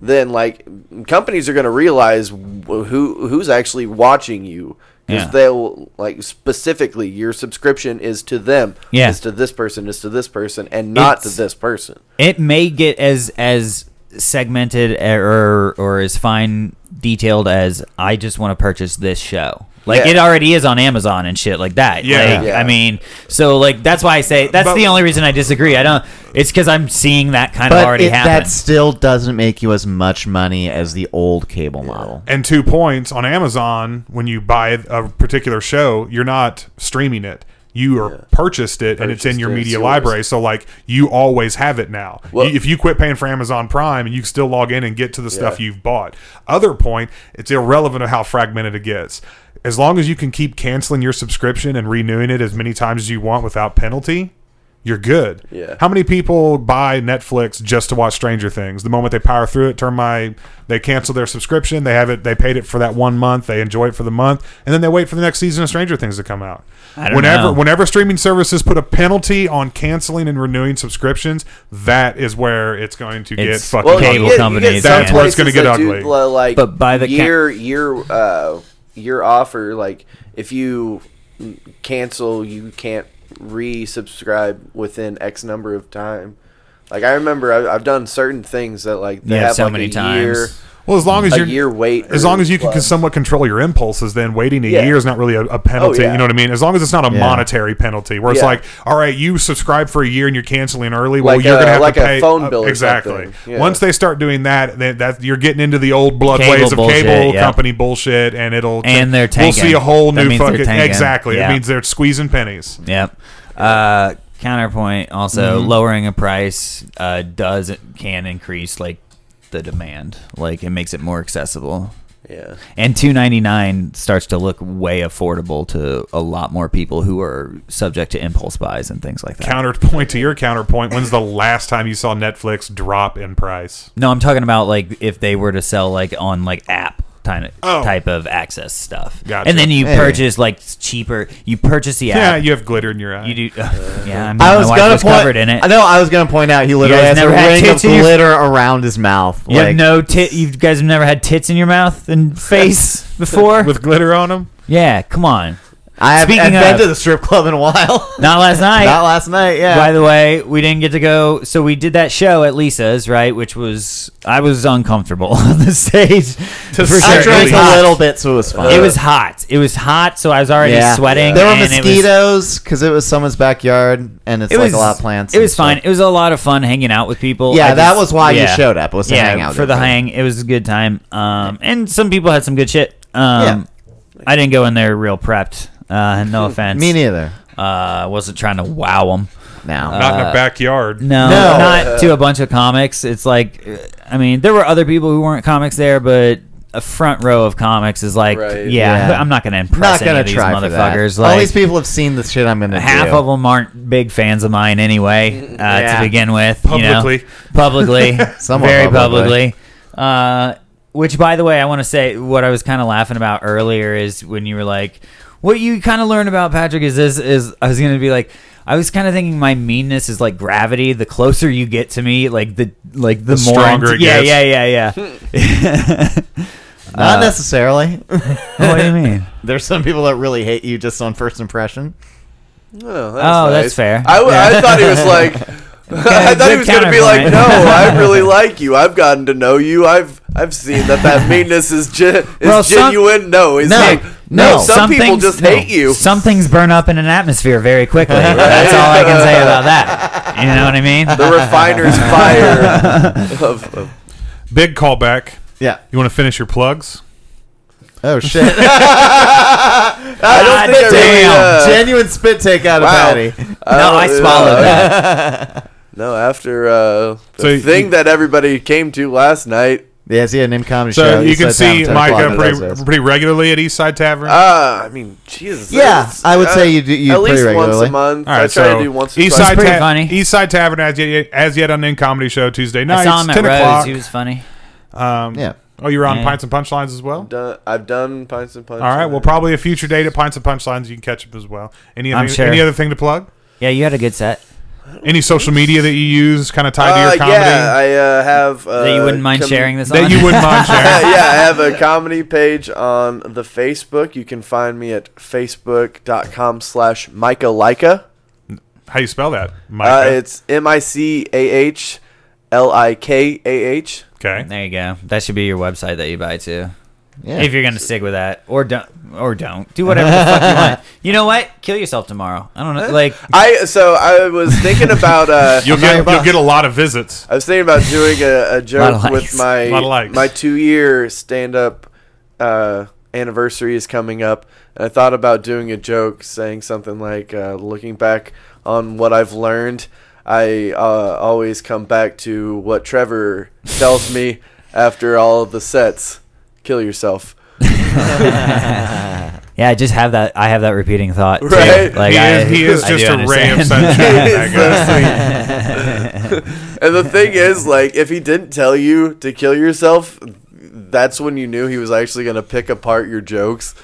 Speaker 4: then like companies are going to realize wh- who who's actually watching you because
Speaker 2: Yeah.
Speaker 4: they'll like specifically your subscription is to them
Speaker 2: Yeah.
Speaker 4: is to this person is to this person and not
Speaker 2: It's-
Speaker 4: to this person
Speaker 2: It may get as as segmented or or as fine detailed as I just want to purchase this show. Like
Speaker 4: Yeah.
Speaker 2: it already is on Amazon and shit like that.
Speaker 1: Yeah.
Speaker 2: Like,
Speaker 4: Yeah.
Speaker 2: I mean, so like that's why I say that's
Speaker 1: But-
Speaker 2: the only reason I disagree. I don't. It's because I'm seeing that kind of
Speaker 3: but
Speaker 2: already
Speaker 3: it,
Speaker 2: happen.
Speaker 3: that still doesn't make you as much money as the old cable model.
Speaker 1: and two points on Amazon when you buy a particular show, you're not streaming it. You are purchased it and it's in
Speaker 4: Purchased
Speaker 1: your
Speaker 4: it, it's
Speaker 1: media
Speaker 4: yours.
Speaker 1: library. So like you always have it now.
Speaker 4: Well-
Speaker 1: You- if you quit paying for Amazon Prime and you can still log in and get to the stuff you've bought. Other point, it's irrelevant of how fragmented it gets. As long as you can keep canceling your subscription and renewing it as many times as you want without penalty, you're good.
Speaker 4: Yeah.
Speaker 1: How many people buy Netflix just to watch Stranger Things? The moment they power through it, turn my they cancel their subscription, they have it they paid it for that one month, they enjoy it for the month, and then they wait for the next season of Stranger Things to come out.
Speaker 2: don't
Speaker 1: whenever
Speaker 2: know.
Speaker 1: whenever streaming services put a penalty on canceling and renewing subscriptions, that is where it's going to get
Speaker 2: It's-
Speaker 1: fucking
Speaker 2: Well,
Speaker 1: ugly.
Speaker 2: cable companies,
Speaker 1: That's where it's
Speaker 4: places
Speaker 1: gonna
Speaker 4: that
Speaker 1: get
Speaker 4: do,
Speaker 1: ugly.
Speaker 4: li- like,
Speaker 2: But by the ca-
Speaker 4: year year uh, year offer, like if you m- cancel, you can't resubscribe within X number of time. Like I remember, I, I've done certain things that like they
Speaker 2: Yeah,
Speaker 4: have
Speaker 2: so
Speaker 4: like
Speaker 2: many
Speaker 4: a
Speaker 2: times.
Speaker 4: year,
Speaker 1: Well, as long as
Speaker 4: a
Speaker 1: you're
Speaker 4: year wait.
Speaker 1: as
Speaker 4: or
Speaker 1: long as you can
Speaker 4: plus.
Speaker 1: somewhat control your impulses, then waiting a
Speaker 4: Yeah.
Speaker 1: year is not really a, a penalty.
Speaker 4: Oh, yeah.
Speaker 1: You know what I mean? As long as it's not a
Speaker 3: Yeah.
Speaker 1: monetary penalty, where it's
Speaker 4: Yeah.
Speaker 1: like, all right, you subscribe for a year and you're canceling early. Well,
Speaker 4: Like
Speaker 1: you're
Speaker 4: a-
Speaker 1: gonna have
Speaker 4: like
Speaker 1: to
Speaker 4: a
Speaker 1: pay
Speaker 4: phone
Speaker 1: uh,
Speaker 4: bill or
Speaker 1: exactly.
Speaker 4: something. Yeah.
Speaker 1: Once they start doing that, that, that you're getting into the old blood
Speaker 2: Cable
Speaker 1: ways of
Speaker 2: bullshit,
Speaker 1: cable
Speaker 2: yeah.
Speaker 1: company bullshit, and it'll
Speaker 2: And they're
Speaker 1: we'll see
Speaker 2: tanking.
Speaker 1: a whole
Speaker 2: That
Speaker 1: new
Speaker 2: means they're
Speaker 1: fucking
Speaker 2: tanking.
Speaker 1: exactly.
Speaker 2: Yeah.
Speaker 1: It means they're squeezing pennies.
Speaker 2: Yep. Uh, counterpoint also lowering a price uh, does can increase like the demand. Like it makes it more accessible.
Speaker 4: yeah.
Speaker 2: And two ninety nine starts to look way affordable to a lot more people who are subject to impulse buys and things like that.
Speaker 1: Counterpoint to your counterpoint. When's the last time you saw Netflix drop in price?
Speaker 2: no, I'm talking about like if they were to sell like on like app kind of
Speaker 1: Oh.
Speaker 2: type of access stuff,
Speaker 1: Gotcha.
Speaker 2: and then you
Speaker 3: Hey.
Speaker 2: purchase like cheaper. You purchase the
Speaker 1: Yeah,
Speaker 2: app.
Speaker 1: you have glitter in your eye.
Speaker 2: you do. yeah, I, mean,
Speaker 3: I
Speaker 2: my
Speaker 3: was
Speaker 2: wife
Speaker 3: gonna
Speaker 2: was
Speaker 3: point.
Speaker 2: covered in it.
Speaker 3: I know. I was gonna point out he literally
Speaker 2: guys
Speaker 3: has a
Speaker 2: never had
Speaker 3: ring of
Speaker 2: tits in your-
Speaker 3: glitter around his mouth.
Speaker 2: You
Speaker 3: like,
Speaker 2: have no tit. You guys have never had tits in your mouth and face before.
Speaker 1: with glitter on them.
Speaker 2: yeah, come on.
Speaker 3: I haven't
Speaker 2: Speaking
Speaker 3: I've been
Speaker 2: of-
Speaker 3: to the strip club in a while.
Speaker 2: Not last night.
Speaker 3: Not last night. Yeah.
Speaker 2: By the way, we didn't get to go. So we did that show at Lisa's, right? Which was I was uncomfortable on the stage.
Speaker 1: To
Speaker 2: for
Speaker 1: say
Speaker 3: I
Speaker 1: Sure,
Speaker 3: drank
Speaker 1: it was
Speaker 3: a
Speaker 1: hot.
Speaker 3: little bit, so it was fine.
Speaker 2: It was hot. It was hot, so I was already sweating.
Speaker 3: There were
Speaker 2: and it was-
Speaker 3: mosquitoes because it, was someone's backyard, and it's
Speaker 2: It
Speaker 3: like
Speaker 2: was
Speaker 3: a lot of plants.
Speaker 2: It
Speaker 3: and
Speaker 2: was
Speaker 3: stuff.
Speaker 2: fine. It was a lot of fun hanging out with people.
Speaker 3: Yeah,
Speaker 2: I
Speaker 3: that
Speaker 2: just-
Speaker 3: was why you
Speaker 2: yeah.
Speaker 3: showed up. Was to
Speaker 2: yeah,
Speaker 3: hang out
Speaker 2: for the
Speaker 3: with everybody.
Speaker 2: hang. It was a good time. Um, and some people had some good shit. Um, I didn't go in there real prepped. Uh, no offense.
Speaker 3: Me neither.
Speaker 2: Uh, I wasn't trying to wow them.
Speaker 3: Now.
Speaker 1: Not in a backyard.
Speaker 2: Uh, No,
Speaker 3: No.
Speaker 2: not to a bunch of comics. It's like, uh, I mean, there were other people who weren't comics there, but a front row of comics is like,
Speaker 4: Right.
Speaker 2: yeah,
Speaker 3: Yeah.
Speaker 2: I'm not gonna impress
Speaker 3: not gonna
Speaker 2: any
Speaker 3: try
Speaker 2: of
Speaker 3: for
Speaker 2: these
Speaker 3: that.
Speaker 2: motherfuckers.
Speaker 3: All
Speaker 2: Like,
Speaker 3: these people have seen the shit I'm gonna
Speaker 2: half
Speaker 3: do.
Speaker 2: of them aren't big fans of mine anyway. Uh,
Speaker 3: Yeah.
Speaker 2: To begin with, you know?
Speaker 1: Publicly.
Speaker 2: publicly,
Speaker 3: Somewhat
Speaker 2: very
Speaker 3: publicly.
Speaker 2: publicly. Uh, which, by the way, I want to say what I was kind of laughing about earlier is when you were like, "What you kind of learned about Patrick is this is." I was gonna be like. I was kind of thinking my meanness is like gravity. The closer you get to me, like the like the, more
Speaker 1: stronger it
Speaker 2: yeah,
Speaker 1: gets.
Speaker 2: yeah, yeah, yeah.
Speaker 3: Not
Speaker 2: Uh,
Speaker 3: necessarily.
Speaker 2: what do you mean?
Speaker 3: There's some people that really hate you just on first impression.
Speaker 4: Oh,
Speaker 2: Oh, that's
Speaker 4: nice.
Speaker 2: fair.
Speaker 4: I, w- I thought he was like, I thought he
Speaker 2: good
Speaker 4: was going to be like,
Speaker 2: counterpoint.
Speaker 4: no, I really like you. I've gotten to know you. I've I've seen that that meanness is gen- is
Speaker 2: Well, some-
Speaker 4: genuine. no, he's
Speaker 3: No,
Speaker 4: like, no,
Speaker 3: no,
Speaker 4: some, people
Speaker 2: things-
Speaker 4: just
Speaker 2: no,
Speaker 4: hate you.
Speaker 2: Some things burn up in an atmosphere very quickly. That's all I can say about that. You know what I mean?
Speaker 4: the refiner's fire. of, of-
Speaker 1: Big callback.
Speaker 3: Yeah.
Speaker 1: You want to finish your plugs?
Speaker 3: Oh shit.
Speaker 4: I don't
Speaker 2: God
Speaker 4: think I really.
Speaker 2: Ah, damn.
Speaker 4: uh,
Speaker 3: Genuine spit take out of
Speaker 4: wow.
Speaker 3: Patty.
Speaker 2: no, I
Speaker 4: don't-
Speaker 2: swallowed
Speaker 4: uh,
Speaker 2: that.
Speaker 4: No, after uh, the
Speaker 1: So you-
Speaker 4: thing that everybody came to last night.
Speaker 3: Yes, he had an in-comedy
Speaker 1: So
Speaker 3: show.
Speaker 1: you
Speaker 3: He
Speaker 1: can
Speaker 3: sat down
Speaker 1: see
Speaker 3: at 10
Speaker 1: Micah
Speaker 3: o'clock.
Speaker 1: pretty, pretty regularly at Eastside Tavern.
Speaker 4: Ah, I mean, Jesus.
Speaker 3: Yeah,
Speaker 4: that's-
Speaker 3: I would
Speaker 4: uh,
Speaker 3: say you do- you
Speaker 4: at least
Speaker 3: pretty
Speaker 4: once
Speaker 3: regularly.
Speaker 4: a month.
Speaker 1: All right,
Speaker 4: I try
Speaker 1: so
Speaker 4: to do once or
Speaker 1: Eastside,
Speaker 4: twice.
Speaker 2: It's pretty
Speaker 1: Ta-
Speaker 2: funny.
Speaker 1: Eastside Tavern as yet, as yet on In Comedy Show Tuesday
Speaker 2: I
Speaker 1: nights,
Speaker 2: saw him at
Speaker 1: 10
Speaker 2: Rose.
Speaker 1: o'clock.
Speaker 2: He was funny.
Speaker 1: um,
Speaker 3: Yeah.
Speaker 1: Oh, you were on
Speaker 2: Yeah.
Speaker 1: Pints and Punchlines as well?
Speaker 4: Done, I've done pints and punch.
Speaker 1: All right. Well, probably a future date at Pints and Punchlines. You can catch up as well. Any
Speaker 2: I'm
Speaker 1: other,
Speaker 2: sure.
Speaker 1: any other thing to plug?
Speaker 2: Yeah, you had a good set.
Speaker 1: Any social media that you use kind of tied to
Speaker 4: Uh,
Speaker 1: your comedy
Speaker 4: yeah, I uh, have. Uh,
Speaker 2: that you wouldn't mind
Speaker 4: com-
Speaker 2: sharing this
Speaker 1: that
Speaker 2: on?
Speaker 1: you wouldn't mind
Speaker 4: yeah,
Speaker 1: sharing?
Speaker 4: yeah, I have a comedy page on the Facebook. You can find me at facebook.com slash Micah Leica.
Speaker 1: How you spell that?
Speaker 4: Uh,
Speaker 1: Micah?
Speaker 4: it's M I C A H L I K A H.
Speaker 1: okay.
Speaker 2: There you go. That should be your website that you buy to.
Speaker 3: Yeah.
Speaker 2: If you're gonna stick with that, or don't, or don't, do whatever the fuck you want. You know what? Kill yourself tomorrow. I don't know. Like,
Speaker 4: Uh, I so I was thinking about uh
Speaker 1: You'll get you'll get a lot of visits.
Speaker 4: I was thinking about doing a, a joke
Speaker 2: likes.
Speaker 4: with my
Speaker 1: Lot of likes.
Speaker 4: my two year stand up uh, anniversary is coming up, and I thought about doing a joke saying something like, uh, "Looking back on what I've learned, I uh, always come back to what Trevor tells me after all of the sets: kill yourself."
Speaker 2: yeah, I just have that. I have that repeating thought. Too.
Speaker 4: Right.
Speaker 2: Like,
Speaker 1: he,
Speaker 2: I,
Speaker 1: is, he is
Speaker 2: I
Speaker 1: just
Speaker 2: do
Speaker 1: a ray of
Speaker 2: understand.
Speaker 1: sunshine. that guy.
Speaker 4: And the thing is, like, if he didn't tell you to kill yourself, that's when you knew he was actually going to pick apart your jokes.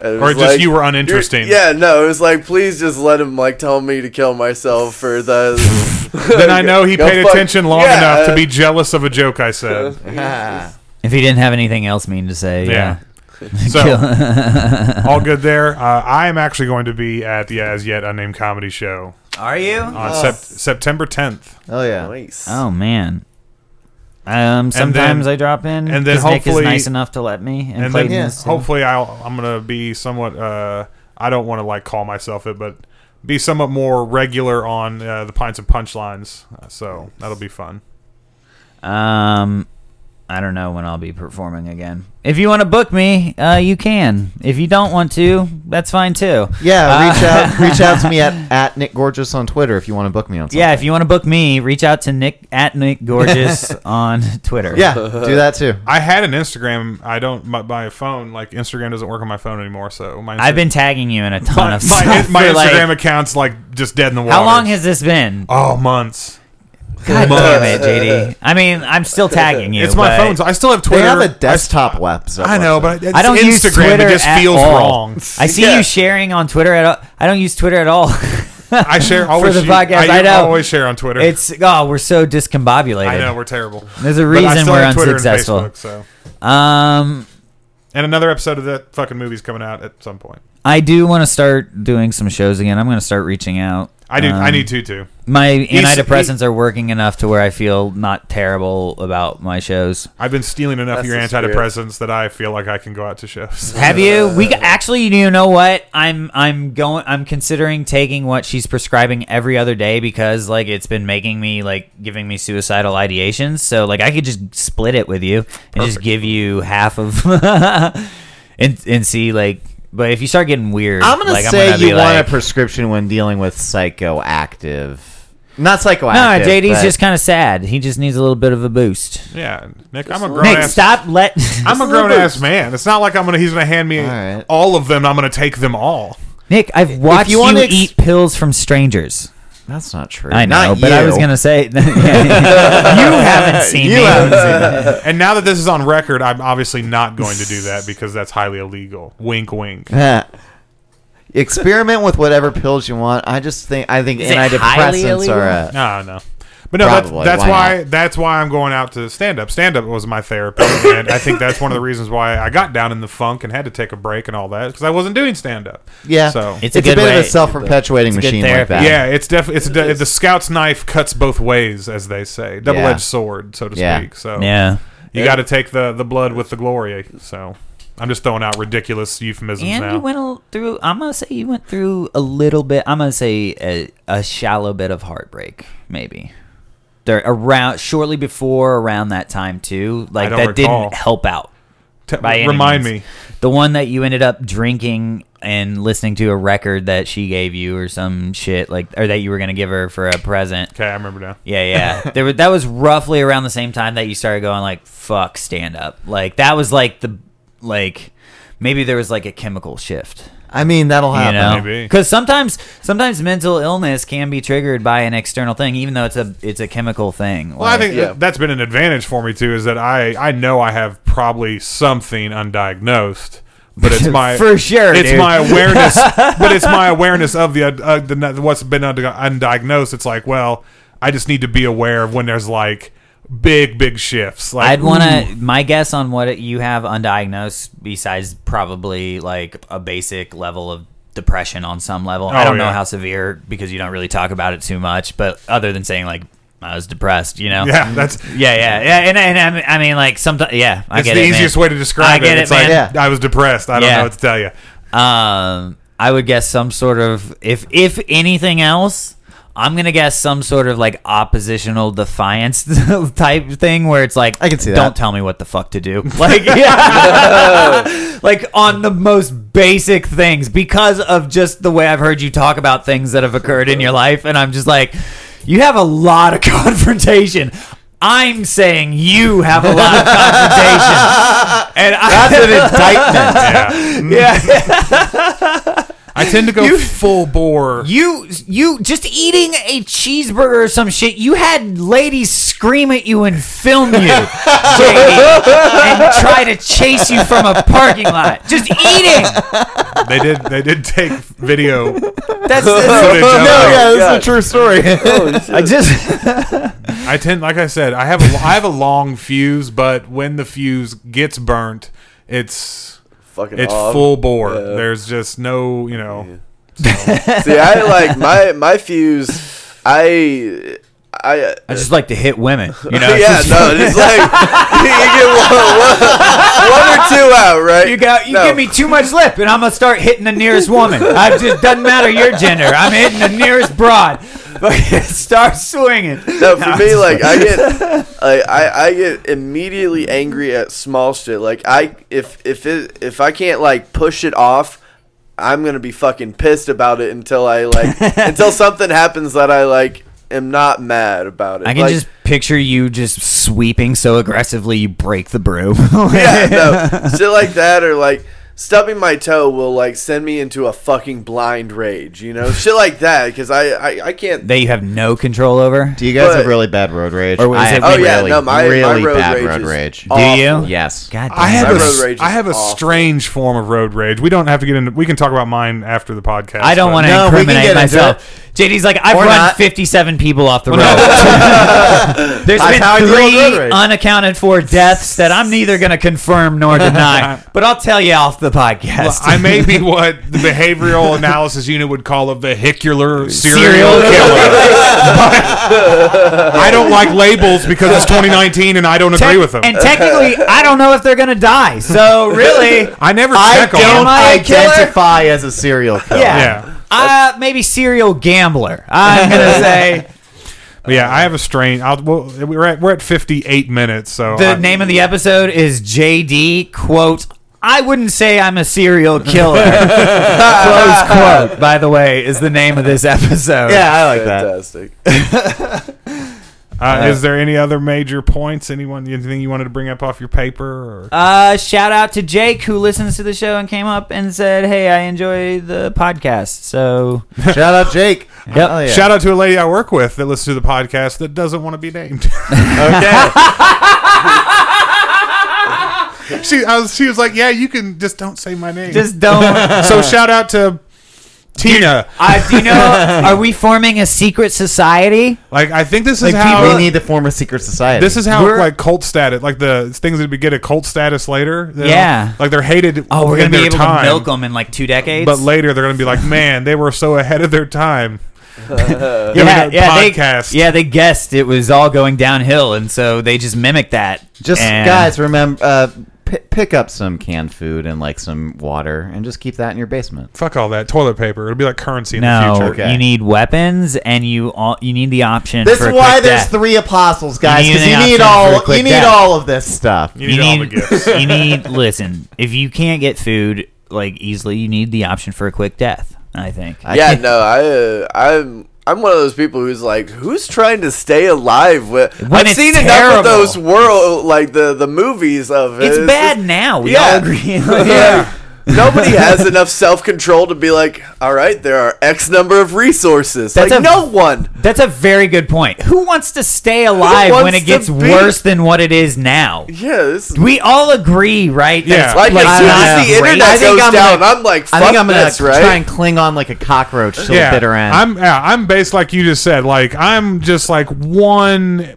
Speaker 4: And it
Speaker 1: Or
Speaker 4: was
Speaker 1: just you were uninteresting.
Speaker 4: you're- Yeah, no, it was like, please just let him like tell me to kill myself for the.
Speaker 1: Then I know he
Speaker 4: Go
Speaker 1: paid
Speaker 4: fuck-
Speaker 1: attention long
Speaker 4: Yeah. uh,
Speaker 1: enough to be jealous of a joke I said.
Speaker 3: Ah.
Speaker 2: If he didn't have anything else mean to say, yeah.
Speaker 1: Yeah. So all good there. Uh, I am actually going to be at the as yet unnamed comedy show
Speaker 2: Are you?
Speaker 1: on sep- September 10th,
Speaker 3: Oh yeah.
Speaker 4: Nice.
Speaker 2: Oh man. Um. Sometimes I drop in,
Speaker 1: and then
Speaker 2: 'cause Nick is
Speaker 1: hopefully-
Speaker 2: nice enough to let me, and,
Speaker 1: and
Speaker 2: Clayton
Speaker 1: then
Speaker 3: yeah.
Speaker 2: is too.
Speaker 1: hopefully I'll, I'm going to be somewhat. Uh, I don't want to like call myself it, but be somewhat more regular on uh, the pints and punchlines. Uh, so that'll be fun.
Speaker 2: Um, I don't know when I'll be performing again. If you want to book me, uh, you can. If you don't want to, that's fine too.
Speaker 3: Yeah, reach
Speaker 2: Uh,
Speaker 3: out reach out to me at, at Nick Gorgeous on Twitter if you want to book me on something.
Speaker 2: Yeah, if you want to book me, reach out to Nick at Nick Gorgeous on Twitter.
Speaker 3: Yeah, do that too.
Speaker 1: I had an Instagram. I don't my, my phone like Instagram doesn't work on my phone anymore. So my
Speaker 2: I've
Speaker 1: Instagram-
Speaker 2: been tagging you in a ton
Speaker 1: my,
Speaker 2: of
Speaker 1: my,
Speaker 2: stuff.
Speaker 1: my
Speaker 2: for, like-
Speaker 1: Instagram account's like just dead in the water.
Speaker 2: how long has this been?
Speaker 1: oh months?
Speaker 2: God damn it, JD. I mean, I'm still tagging you.
Speaker 1: It's my
Speaker 2: but
Speaker 1: phone. so I still have
Speaker 3: They
Speaker 1: Twitter.
Speaker 3: have a desktop website.
Speaker 1: I know, but it's
Speaker 2: I don't
Speaker 1: Instagram.
Speaker 2: use Twitter
Speaker 1: it just
Speaker 2: at
Speaker 1: feels
Speaker 2: all.
Speaker 1: wrong.
Speaker 2: I see
Speaker 4: Yeah.
Speaker 2: you sharing on Twitter at all. I don't use Twitter at all.
Speaker 1: I share always.
Speaker 2: the podcast, I know.
Speaker 1: always share on Twitter.
Speaker 2: it's oh, we're so discombobulated.
Speaker 1: I know we're terrible.
Speaker 2: There's a
Speaker 1: But I
Speaker 2: reason
Speaker 1: still
Speaker 2: we're
Speaker 1: have Twitter
Speaker 2: unsuccessful.
Speaker 1: And, Facebook, so.
Speaker 2: Um,
Speaker 1: and another episode of that fucking movie's coming out at some point.
Speaker 2: I do want to start doing some shows again. I'm going to start reaching out.
Speaker 1: I do. I
Speaker 2: Um,
Speaker 1: need to too.
Speaker 2: My
Speaker 1: He's-
Speaker 2: antidepressants are working enough to where I feel not terrible about my shows.
Speaker 1: I've been stealing enough of
Speaker 4: That's
Speaker 1: your
Speaker 4: the spirit.
Speaker 1: antidepressants that I feel like I can go out to shows.
Speaker 2: Have you? We
Speaker 3: Uh,
Speaker 2: g- actually, you know what? I'm I'm going. I'm considering taking what she's prescribing every other day because like it's been making me like giving me suicidal ideations. So like I could just split it with you and just give you half of and and see like. But if you start getting weird,
Speaker 3: I'm gonna
Speaker 2: like,
Speaker 3: say
Speaker 2: be
Speaker 3: you want
Speaker 2: like-
Speaker 3: a prescription when dealing with psychoactive, not
Speaker 2: No,
Speaker 3: psychoactive.
Speaker 2: JD's
Speaker 3: but-
Speaker 2: just kind of sad. He just needs a little bit of a boost.
Speaker 1: Yeah, Nick. I'm a
Speaker 4: Nick,
Speaker 1: grown
Speaker 2: Nick,
Speaker 1: ass.
Speaker 2: stop. Let
Speaker 1: I'm a grown ass man. It's not like I'm gonna. He's gonna hand me all,
Speaker 3: All right.
Speaker 1: of them. and I'm gonna take them all.
Speaker 2: Nick. I've watched
Speaker 3: you
Speaker 2: you,
Speaker 3: wanna ex-
Speaker 2: eat pills from strangers.
Speaker 3: That's not true.
Speaker 2: I know,
Speaker 3: Not
Speaker 2: but I
Speaker 3: you.
Speaker 2: was gonna say you haven't seen
Speaker 3: You
Speaker 2: me.
Speaker 3: haven't seen that.
Speaker 1: And now that this is on record, I'm obviously not going to do that because that's highly illegal. Wink, wink.
Speaker 3: Yeah. Experiment with whatever pills you want. I just think I think
Speaker 2: Is it highly
Speaker 3: antidepressants
Speaker 2: illegal?
Speaker 3: are. A,
Speaker 1: No, no. But no, that's,
Speaker 3: Probably.
Speaker 1: that's
Speaker 3: Why
Speaker 1: why,
Speaker 3: not?
Speaker 1: that's why I'm going out to stand up. Stand up was my therapy, and I think that's one of the reasons why I got down in the funk and had to take a break and all that because I wasn't doing stand up.
Speaker 3: Yeah,
Speaker 1: So
Speaker 2: It's
Speaker 3: it's,
Speaker 2: a
Speaker 3: a,
Speaker 2: good
Speaker 3: bit
Speaker 2: way-
Speaker 3: of a self-perpetuating
Speaker 2: It's a good
Speaker 3: machine like
Speaker 2: therapy.
Speaker 3: that.
Speaker 1: yeah, it's definitely it's, de- the scout's knife cuts both ways, as they say, double edged
Speaker 3: Yeah.
Speaker 1: sword, so to
Speaker 3: Yeah.
Speaker 1: speak. So
Speaker 2: Yeah.
Speaker 1: you got to take the the blood with the glory. So I'm just throwing out ridiculous euphemisms
Speaker 2: And
Speaker 1: now.
Speaker 2: you went al- through. I'm gonna say you went through a little bit. I'm gonna say a, a shallow bit of heartbreak, maybe. There around shortly before around that time too. Like
Speaker 1: don't
Speaker 2: that
Speaker 1: recall.
Speaker 2: didn't help out.
Speaker 1: Te-
Speaker 2: By any
Speaker 1: remind
Speaker 2: means.
Speaker 1: me.
Speaker 2: The one that you ended up drinking and listening to a record that she gave you or some shit like, or that you were gonna give her for a present.
Speaker 1: Okay, I remember now.
Speaker 2: Yeah, yeah. there was that was roughly around the same time that you started going like fuck stand up. Like that was like the like maybe there was like a chemical shift.
Speaker 3: I mean that'll
Speaker 2: You
Speaker 3: happen.
Speaker 2: know,
Speaker 1: Ah, Maybe.
Speaker 2: because sometimes sometimes mental illness can be triggered by an external thing, even though it's a it's a chemical thing.
Speaker 1: Well, I
Speaker 2: Like,
Speaker 1: think
Speaker 4: Yeah.
Speaker 1: that- that's been an advantage for me too. Is that I I know I have probably something undiagnosed, but it's my
Speaker 2: For sure,
Speaker 1: It's
Speaker 2: dude.
Speaker 1: my awareness, but it's my awareness of the, uh, the what's been undi- undiagnosed. It's like, well, I just need to be aware of when there's like big big shifts. Like mm,
Speaker 2: I'd want
Speaker 1: ooh,
Speaker 2: to. My guess on what you have undiagnosed, besides probably like a basic level of depression on some level. I
Speaker 1: Oh,
Speaker 2: don't know
Speaker 1: yeah.
Speaker 2: how severe because you don't really talk about it too much. But other than saying like I was depressed, you know.
Speaker 1: Yeah, that's
Speaker 2: Yeah, yeah, yeah, and, and I mean- I mean, like sometimes, yeah, I
Speaker 1: it's
Speaker 2: get
Speaker 1: the
Speaker 2: it, man.
Speaker 1: easiest way to describe
Speaker 2: I get
Speaker 1: it.
Speaker 2: it,
Speaker 1: It's like
Speaker 3: man.
Speaker 1: I was depressed. I don't
Speaker 2: Yeah.
Speaker 1: know what to tell you.
Speaker 2: Um, I would guess some sort of if if anything else, I'm gonna guess some sort of like oppositional defiance type thing where it's like
Speaker 3: I can see that.
Speaker 2: Don't tell me what the fuck to do. Like yeah, like on the most basic things because of just the way I've heard you talk about things that have occurred in your life, and I'm just like, you have a lot of confrontation. I'm saying you have a lot of confrontation, and
Speaker 3: That's
Speaker 2: I,
Speaker 3: an indictment.
Speaker 1: Yeah.
Speaker 2: yeah.
Speaker 1: I tend to go full bore.
Speaker 2: You you just eating a cheeseburger or some shit. You had ladies scream at you and film you, JD, and try to chase you from a parking lot. Just eating.
Speaker 1: they did they did take video
Speaker 2: That's
Speaker 1: footage. of
Speaker 3: no,
Speaker 1: it.
Speaker 3: yeah, this
Speaker 4: God.
Speaker 3: is a true story.
Speaker 2: I just
Speaker 1: I tend, like I said, I have a, I have a long fuse, but when the fuse gets burnt, it's
Speaker 4: Fucking
Speaker 1: it's
Speaker 4: off.
Speaker 1: full bore.
Speaker 4: Um, Yeah.
Speaker 1: There's just no, you know,
Speaker 4: See, I like my my fuse. I I.
Speaker 2: I just like to hit women. You know. It's
Speaker 4: yeah,
Speaker 2: just-
Speaker 4: no, it's like you get one, one, one or two out, right?
Speaker 2: You got you
Speaker 4: No.
Speaker 2: give me too much lip, and I'm gonna start hitting the nearest woman. I just doesn't matter your gender. I'm hitting the nearest broad. start swinging.
Speaker 4: no for me. Like I get, like, I I get immediately angry at small shit. Like I if if it if I can't like push it off, I'm gonna be fucking pissed about it until I like until something happens that I like am not mad about it.
Speaker 2: I can
Speaker 4: Like,
Speaker 2: just picture you just sweeping so aggressively you break the brew.
Speaker 4: yeah, no, shit like that, or like stubbing my toe will like send me into a fucking blind rage, you know, shit like that, because I, I I can't.
Speaker 2: that you have no control over.
Speaker 3: Do you guys
Speaker 4: But-
Speaker 3: have really bad road rage?
Speaker 2: Or was
Speaker 3: I
Speaker 2: it
Speaker 3: have
Speaker 4: oh
Speaker 2: really-
Speaker 4: yeah,
Speaker 3: really,
Speaker 4: no, my,
Speaker 3: really
Speaker 4: my road
Speaker 3: bad
Speaker 4: rage
Speaker 3: road
Speaker 4: is
Speaker 3: rage.
Speaker 2: Do
Speaker 4: awful.
Speaker 2: you?
Speaker 3: Yes.
Speaker 2: God damn.
Speaker 1: I have
Speaker 4: My
Speaker 1: a,
Speaker 4: road
Speaker 1: s-
Speaker 4: rage is
Speaker 1: I have a
Speaker 4: awful.
Speaker 1: strange form of road rage. We don't have to get into. We can talk about mine after the podcast.
Speaker 2: I don't
Speaker 1: but-
Speaker 2: want to
Speaker 3: No, we can
Speaker 2: incriminate
Speaker 3: get into
Speaker 2: myself. JD's like, I've
Speaker 3: Or
Speaker 2: run
Speaker 3: not.
Speaker 2: 57 people off the road. There's
Speaker 3: That's
Speaker 2: been
Speaker 3: how I deal with road
Speaker 2: three
Speaker 3: rage.
Speaker 2: unaccounted for deaths that I'm neither going to confirm nor deny, but I'll tell you off the
Speaker 1: Well,
Speaker 2: podcast.
Speaker 1: I may be what the behavioral analysis unit would call a vehicular serial
Speaker 2: Serial
Speaker 1: killer. But I don't like labels because it's 2019 and I don't agree with them.
Speaker 2: And technically, I don't know if they're going to die. So really,
Speaker 1: I never
Speaker 3: I
Speaker 1: check on
Speaker 3: don't
Speaker 1: them.
Speaker 2: I a killer?
Speaker 3: identify as a serial killer.
Speaker 2: yeah.
Speaker 1: Yeah.
Speaker 2: Uh, maybe serial gambler. I'm going to say
Speaker 1: But yeah,
Speaker 2: Uh,
Speaker 1: I have a strain. I'll, well, we're at we're at fifty eight minutes, so uh,
Speaker 2: The
Speaker 1: I-
Speaker 2: name of the episode is JD quote. I wouldn't say I'm a serial killer. Close quote. By the way, is the name of this episode.
Speaker 3: Yeah, I like that.
Speaker 4: Fantastic.
Speaker 1: Uh, is there any other major points? Anyone anything you wanted to bring up off your paper? Or?
Speaker 2: Uh, shout out to Jake who listens to the show and came up and said, "Hey, I enjoy the podcast." So,
Speaker 3: Shout out Jake. Hell yeah.
Speaker 1: Shout out to a lady I work with that listens to the podcast that doesn't want to be named.
Speaker 3: Okay.
Speaker 1: she I was she was like, yeah, you can just don't say my name.
Speaker 2: just don't.
Speaker 1: so shout out to Tina.
Speaker 2: Uh, do you know? Are we forming a secret society?
Speaker 1: Like I think this is
Speaker 3: Like
Speaker 1: how
Speaker 3: we need to form a secret society.
Speaker 1: This is how
Speaker 2: We're-
Speaker 1: like cult status, like the things that we get a cult status later. you know?
Speaker 2: Yeah.
Speaker 1: like they're hated.
Speaker 2: Oh, we're
Speaker 1: in
Speaker 2: gonna be
Speaker 1: their
Speaker 2: able
Speaker 1: time,
Speaker 2: to milk them in like two decades.
Speaker 1: but later they're gonna be like, man, they were so ahead of their time. yeah,
Speaker 2: Uh, yeah, yeah,
Speaker 1: podcast.
Speaker 2: They, yeah, they guessed it was all going downhill, and so they just mimicked that.
Speaker 3: just
Speaker 2: And-
Speaker 3: guys remember uh, p- pick up some canned food and like some water and just keep that in your basement.
Speaker 1: Fuck all that toilet paper. It'll be like currency in
Speaker 2: No,
Speaker 1: the future.
Speaker 3: Okay.
Speaker 2: you need weapons, and you all you need the option.
Speaker 3: This
Speaker 2: for
Speaker 3: is
Speaker 2: a
Speaker 3: why
Speaker 2: quick
Speaker 3: there's
Speaker 2: death.
Speaker 3: three apostles, guys,
Speaker 2: need
Speaker 3: because
Speaker 2: an
Speaker 3: you
Speaker 2: option
Speaker 3: need
Speaker 2: for a
Speaker 3: all
Speaker 2: quick
Speaker 3: you need
Speaker 2: death.
Speaker 3: all of this stuff.
Speaker 1: You need all the gifts.
Speaker 2: you need listen. If you can't get food like easily, you need the option for a quick death. I think.
Speaker 3: I
Speaker 4: yeah,
Speaker 3: can't-
Speaker 4: no, I, uh, I'm, I'm one of those people who's like, who's trying to stay alive? With
Speaker 2: When
Speaker 4: I've
Speaker 2: it's
Speaker 4: seen enough of
Speaker 2: terrible.
Speaker 4: those world, like the the movies of it.
Speaker 2: it's bad now. We
Speaker 4: yeah.
Speaker 2: all agree.
Speaker 4: Yeah. Nobody has enough self control to be like, all right, there are X number of resources.
Speaker 2: That's
Speaker 4: like
Speaker 2: a-
Speaker 4: no one.
Speaker 2: That's a very good point. Who wants to stay alive when
Speaker 4: wants
Speaker 2: it
Speaker 4: to
Speaker 2: gets
Speaker 4: be-
Speaker 2: worse than what it is now?
Speaker 4: Yeah, this is
Speaker 2: We all agree, right? that
Speaker 1: Yeah.
Speaker 2: it's,
Speaker 4: like, as soon
Speaker 2: not
Speaker 4: as the
Speaker 2: great.
Speaker 3: I
Speaker 4: internet
Speaker 3: think
Speaker 4: goes
Speaker 3: I'm
Speaker 4: down,
Speaker 3: gonna-
Speaker 4: I'm like, fuck
Speaker 3: I think I'm gonna
Speaker 4: this, right?
Speaker 3: try and cling on like a cockroach till
Speaker 1: yeah,
Speaker 3: the bitter end.
Speaker 1: I'm yeah, I'm based like you just said. Like I'm just like one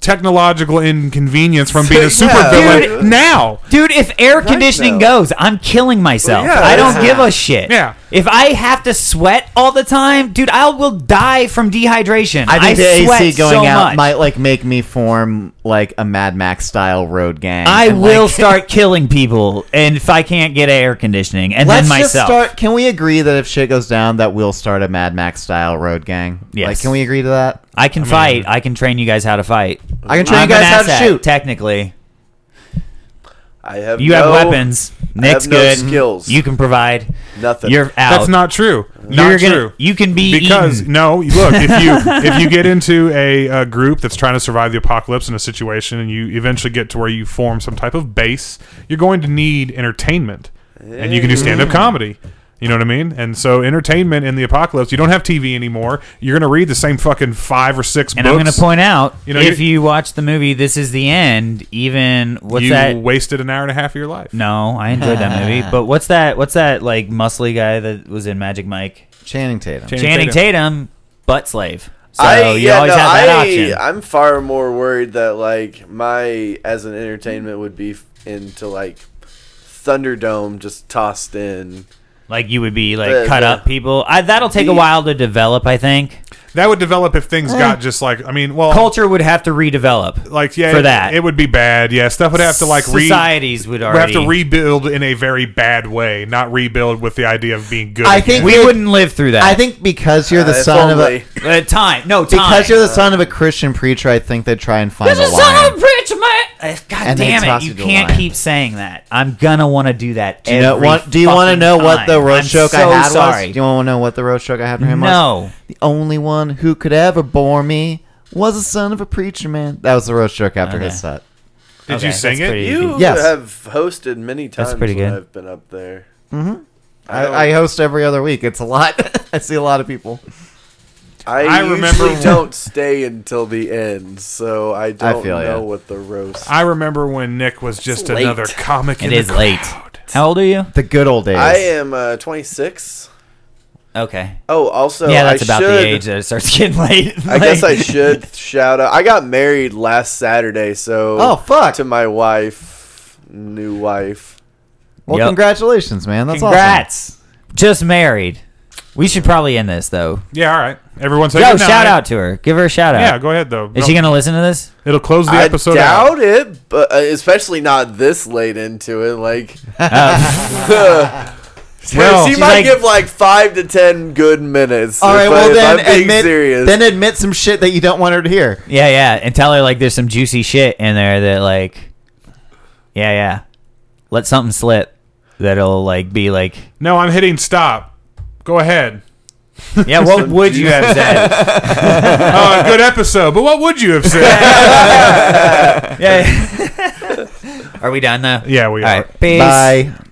Speaker 1: technological inconvenience from being a
Speaker 4: So,
Speaker 1: super
Speaker 4: yeah.
Speaker 1: villain
Speaker 4: Dude.
Speaker 1: now.
Speaker 2: Dude, if air conditioning
Speaker 4: now.
Speaker 2: goes, I'm killing myself.
Speaker 4: Well, yeah,
Speaker 2: I don't
Speaker 4: that's-
Speaker 2: give a shit.
Speaker 1: Yeah.
Speaker 2: If I have to sweat all the time, dude, I will die from dehydration.
Speaker 3: I think the
Speaker 2: sweat
Speaker 3: AC going
Speaker 2: so
Speaker 3: out
Speaker 2: much.
Speaker 3: might like make me form like a Mad Max style road gang.
Speaker 2: I
Speaker 3: and,
Speaker 2: will
Speaker 3: like-
Speaker 2: start killing people, and if I can't get air conditioning, and
Speaker 3: Let's
Speaker 2: then myself.
Speaker 3: just start. Can we agree that if shit goes down, that we'll start a Mad Max style road gang?
Speaker 2: Yes.
Speaker 3: Like, can we agree to that?
Speaker 2: I can fight. I can train you guys how to fight.
Speaker 3: I can train
Speaker 2: I'm
Speaker 3: you guys
Speaker 2: an
Speaker 3: how to
Speaker 2: asset,
Speaker 3: shoot.
Speaker 2: Technically,
Speaker 4: I have
Speaker 2: you
Speaker 4: no-
Speaker 2: have weapons. Nick's
Speaker 4: no
Speaker 2: good.
Speaker 4: skills.
Speaker 2: You can provide.
Speaker 4: Nothing.
Speaker 2: You're out.
Speaker 1: That's not true. Not
Speaker 2: You're gonna-
Speaker 1: true.
Speaker 2: You can be
Speaker 1: because
Speaker 2: eaten.
Speaker 1: no look if you if you get into a, uh group that's trying to survive the apocalypse in a situation and you eventually get to where you form some type of base you're going to need entertainment and you can do stand-up comedy you know what I mean? And so entertainment in the apocalypse, you don't have TV anymore. You're going to read the same fucking five or six
Speaker 2: And
Speaker 1: books.
Speaker 2: I'm going to point out,
Speaker 1: You know,
Speaker 2: if
Speaker 1: you-
Speaker 2: you watch the movie "This Is the End," even what's
Speaker 1: you
Speaker 2: that?
Speaker 1: wasted an hour and a half of your life.
Speaker 2: No, I enjoyed that movie. But what's that? What's that like muscly guy that was in Magic Mike?
Speaker 3: Channing Tatum.
Speaker 1: Channing
Speaker 2: Channing
Speaker 1: Tatum.
Speaker 2: Tatum, butt slave. So
Speaker 4: I,
Speaker 2: you
Speaker 4: yeah,
Speaker 2: always
Speaker 4: no,
Speaker 2: have that
Speaker 4: I,
Speaker 2: option.
Speaker 4: I'm far more worried that like my as an entertainment would be f- into like Thunderdome just tossed in.
Speaker 2: like you would be like
Speaker 4: The-
Speaker 2: cut
Speaker 4: the-
Speaker 2: up people. I, that'll take a while to develop. I think
Speaker 1: That would develop if things got just like I mean, well,
Speaker 2: culture would have to redevelop.
Speaker 1: like yeah,
Speaker 2: Eh. for
Speaker 1: it-
Speaker 2: that.
Speaker 1: it would be bad. Yeah, stuff would have to like re-
Speaker 2: societies would
Speaker 1: We
Speaker 2: already
Speaker 1: have to rebuild in a very bad way, not rebuild with the idea of being good.
Speaker 3: I
Speaker 1: again.
Speaker 3: think
Speaker 2: we wouldn't live through that.
Speaker 3: I think because you're the
Speaker 4: Uh, if
Speaker 3: son of
Speaker 4: only.
Speaker 3: a
Speaker 2: Uh, time, no time.
Speaker 3: because you're the son of a Christian preacher, I think they'd try and find
Speaker 2: This
Speaker 3: a
Speaker 2: is son of
Speaker 3: line.
Speaker 2: a bitch, man. Uh, God
Speaker 3: And they
Speaker 2: damn
Speaker 3: toss
Speaker 2: it! You
Speaker 3: you to a
Speaker 2: can't
Speaker 3: lion.
Speaker 2: keep saying that. I'm gonna want to do that.
Speaker 3: Do you, know,
Speaker 2: every
Speaker 3: want, do you want to
Speaker 2: fucking
Speaker 3: know what the
Speaker 2: time.
Speaker 3: road
Speaker 2: I'm
Speaker 3: joke I
Speaker 2: so
Speaker 3: had
Speaker 2: sorry.
Speaker 3: was? Do you want to know what the road joke I had for him was?
Speaker 2: no,
Speaker 3: The only one who could ever bore me was the son of a preacher man. That was the roast joke after
Speaker 2: Okay.
Speaker 3: his set.
Speaker 1: Did
Speaker 2: Okay,
Speaker 1: you sing
Speaker 2: that's
Speaker 1: it?
Speaker 2: pretty-
Speaker 4: You
Speaker 3: Yes.
Speaker 4: have hosted many times
Speaker 2: That's pretty
Speaker 4: when
Speaker 2: good.
Speaker 4: I've been up there.
Speaker 3: I, I host every other week. It's a lot. I see a lot of people.
Speaker 4: I,
Speaker 1: I remember
Speaker 4: usually
Speaker 1: when-
Speaker 4: don't stay until the end, so I don't
Speaker 3: feel ya.
Speaker 4: know what the roast. I,
Speaker 1: I remember when Nick was just
Speaker 4: late.
Speaker 1: another comic.
Speaker 2: it
Speaker 1: in
Speaker 2: is
Speaker 1: the
Speaker 2: late.
Speaker 1: crowd.
Speaker 2: How old are you?
Speaker 3: The good old days.
Speaker 4: am uh, 26.
Speaker 2: Okay.
Speaker 4: Oh, also,
Speaker 2: yeah, that's
Speaker 4: I
Speaker 2: about
Speaker 4: should,
Speaker 2: the age that it starts getting late.
Speaker 4: I guess I should shout out. I got married last Saturday, so
Speaker 3: Oh, fuck.
Speaker 4: to my wife, new wife.
Speaker 3: well,
Speaker 2: Yep.
Speaker 3: congratulations, man. That's
Speaker 2: Congrats. Just married. We should probably end this though.
Speaker 1: Yeah, all right. Everyone say
Speaker 2: Yo,
Speaker 1: goodnight.
Speaker 2: shout out to her. Give her a shout out.
Speaker 1: Yeah, go ahead though.
Speaker 2: Is she gonna listen to this?
Speaker 1: It'll close the
Speaker 4: I
Speaker 1: episode. out.
Speaker 4: doubt it, but uh, especially not this late into it. Like,
Speaker 1: Well,
Speaker 4: she
Speaker 1: she's
Speaker 4: might
Speaker 2: Oh. like-
Speaker 4: give like five to ten good minutes.
Speaker 3: Awesome. All right.
Speaker 4: if
Speaker 3: Well,
Speaker 4: I- if
Speaker 3: then
Speaker 4: I'm being
Speaker 3: admit
Speaker 4: serious.
Speaker 3: then admit some shit that you don't want her to hear.
Speaker 2: Yeah, yeah. And tell her like there's some juicy shit in there that like Yeah, yeah. Let something slip that'll like be like
Speaker 1: No, I'm hitting stop. Go ahead.
Speaker 2: Yeah, what would you have said?
Speaker 1: Uh, good episode. But what would you have said?
Speaker 2: Yeah. Are we done though?
Speaker 1: yeah, we
Speaker 2: All
Speaker 1: are.
Speaker 2: right. Peace.
Speaker 3: Bye.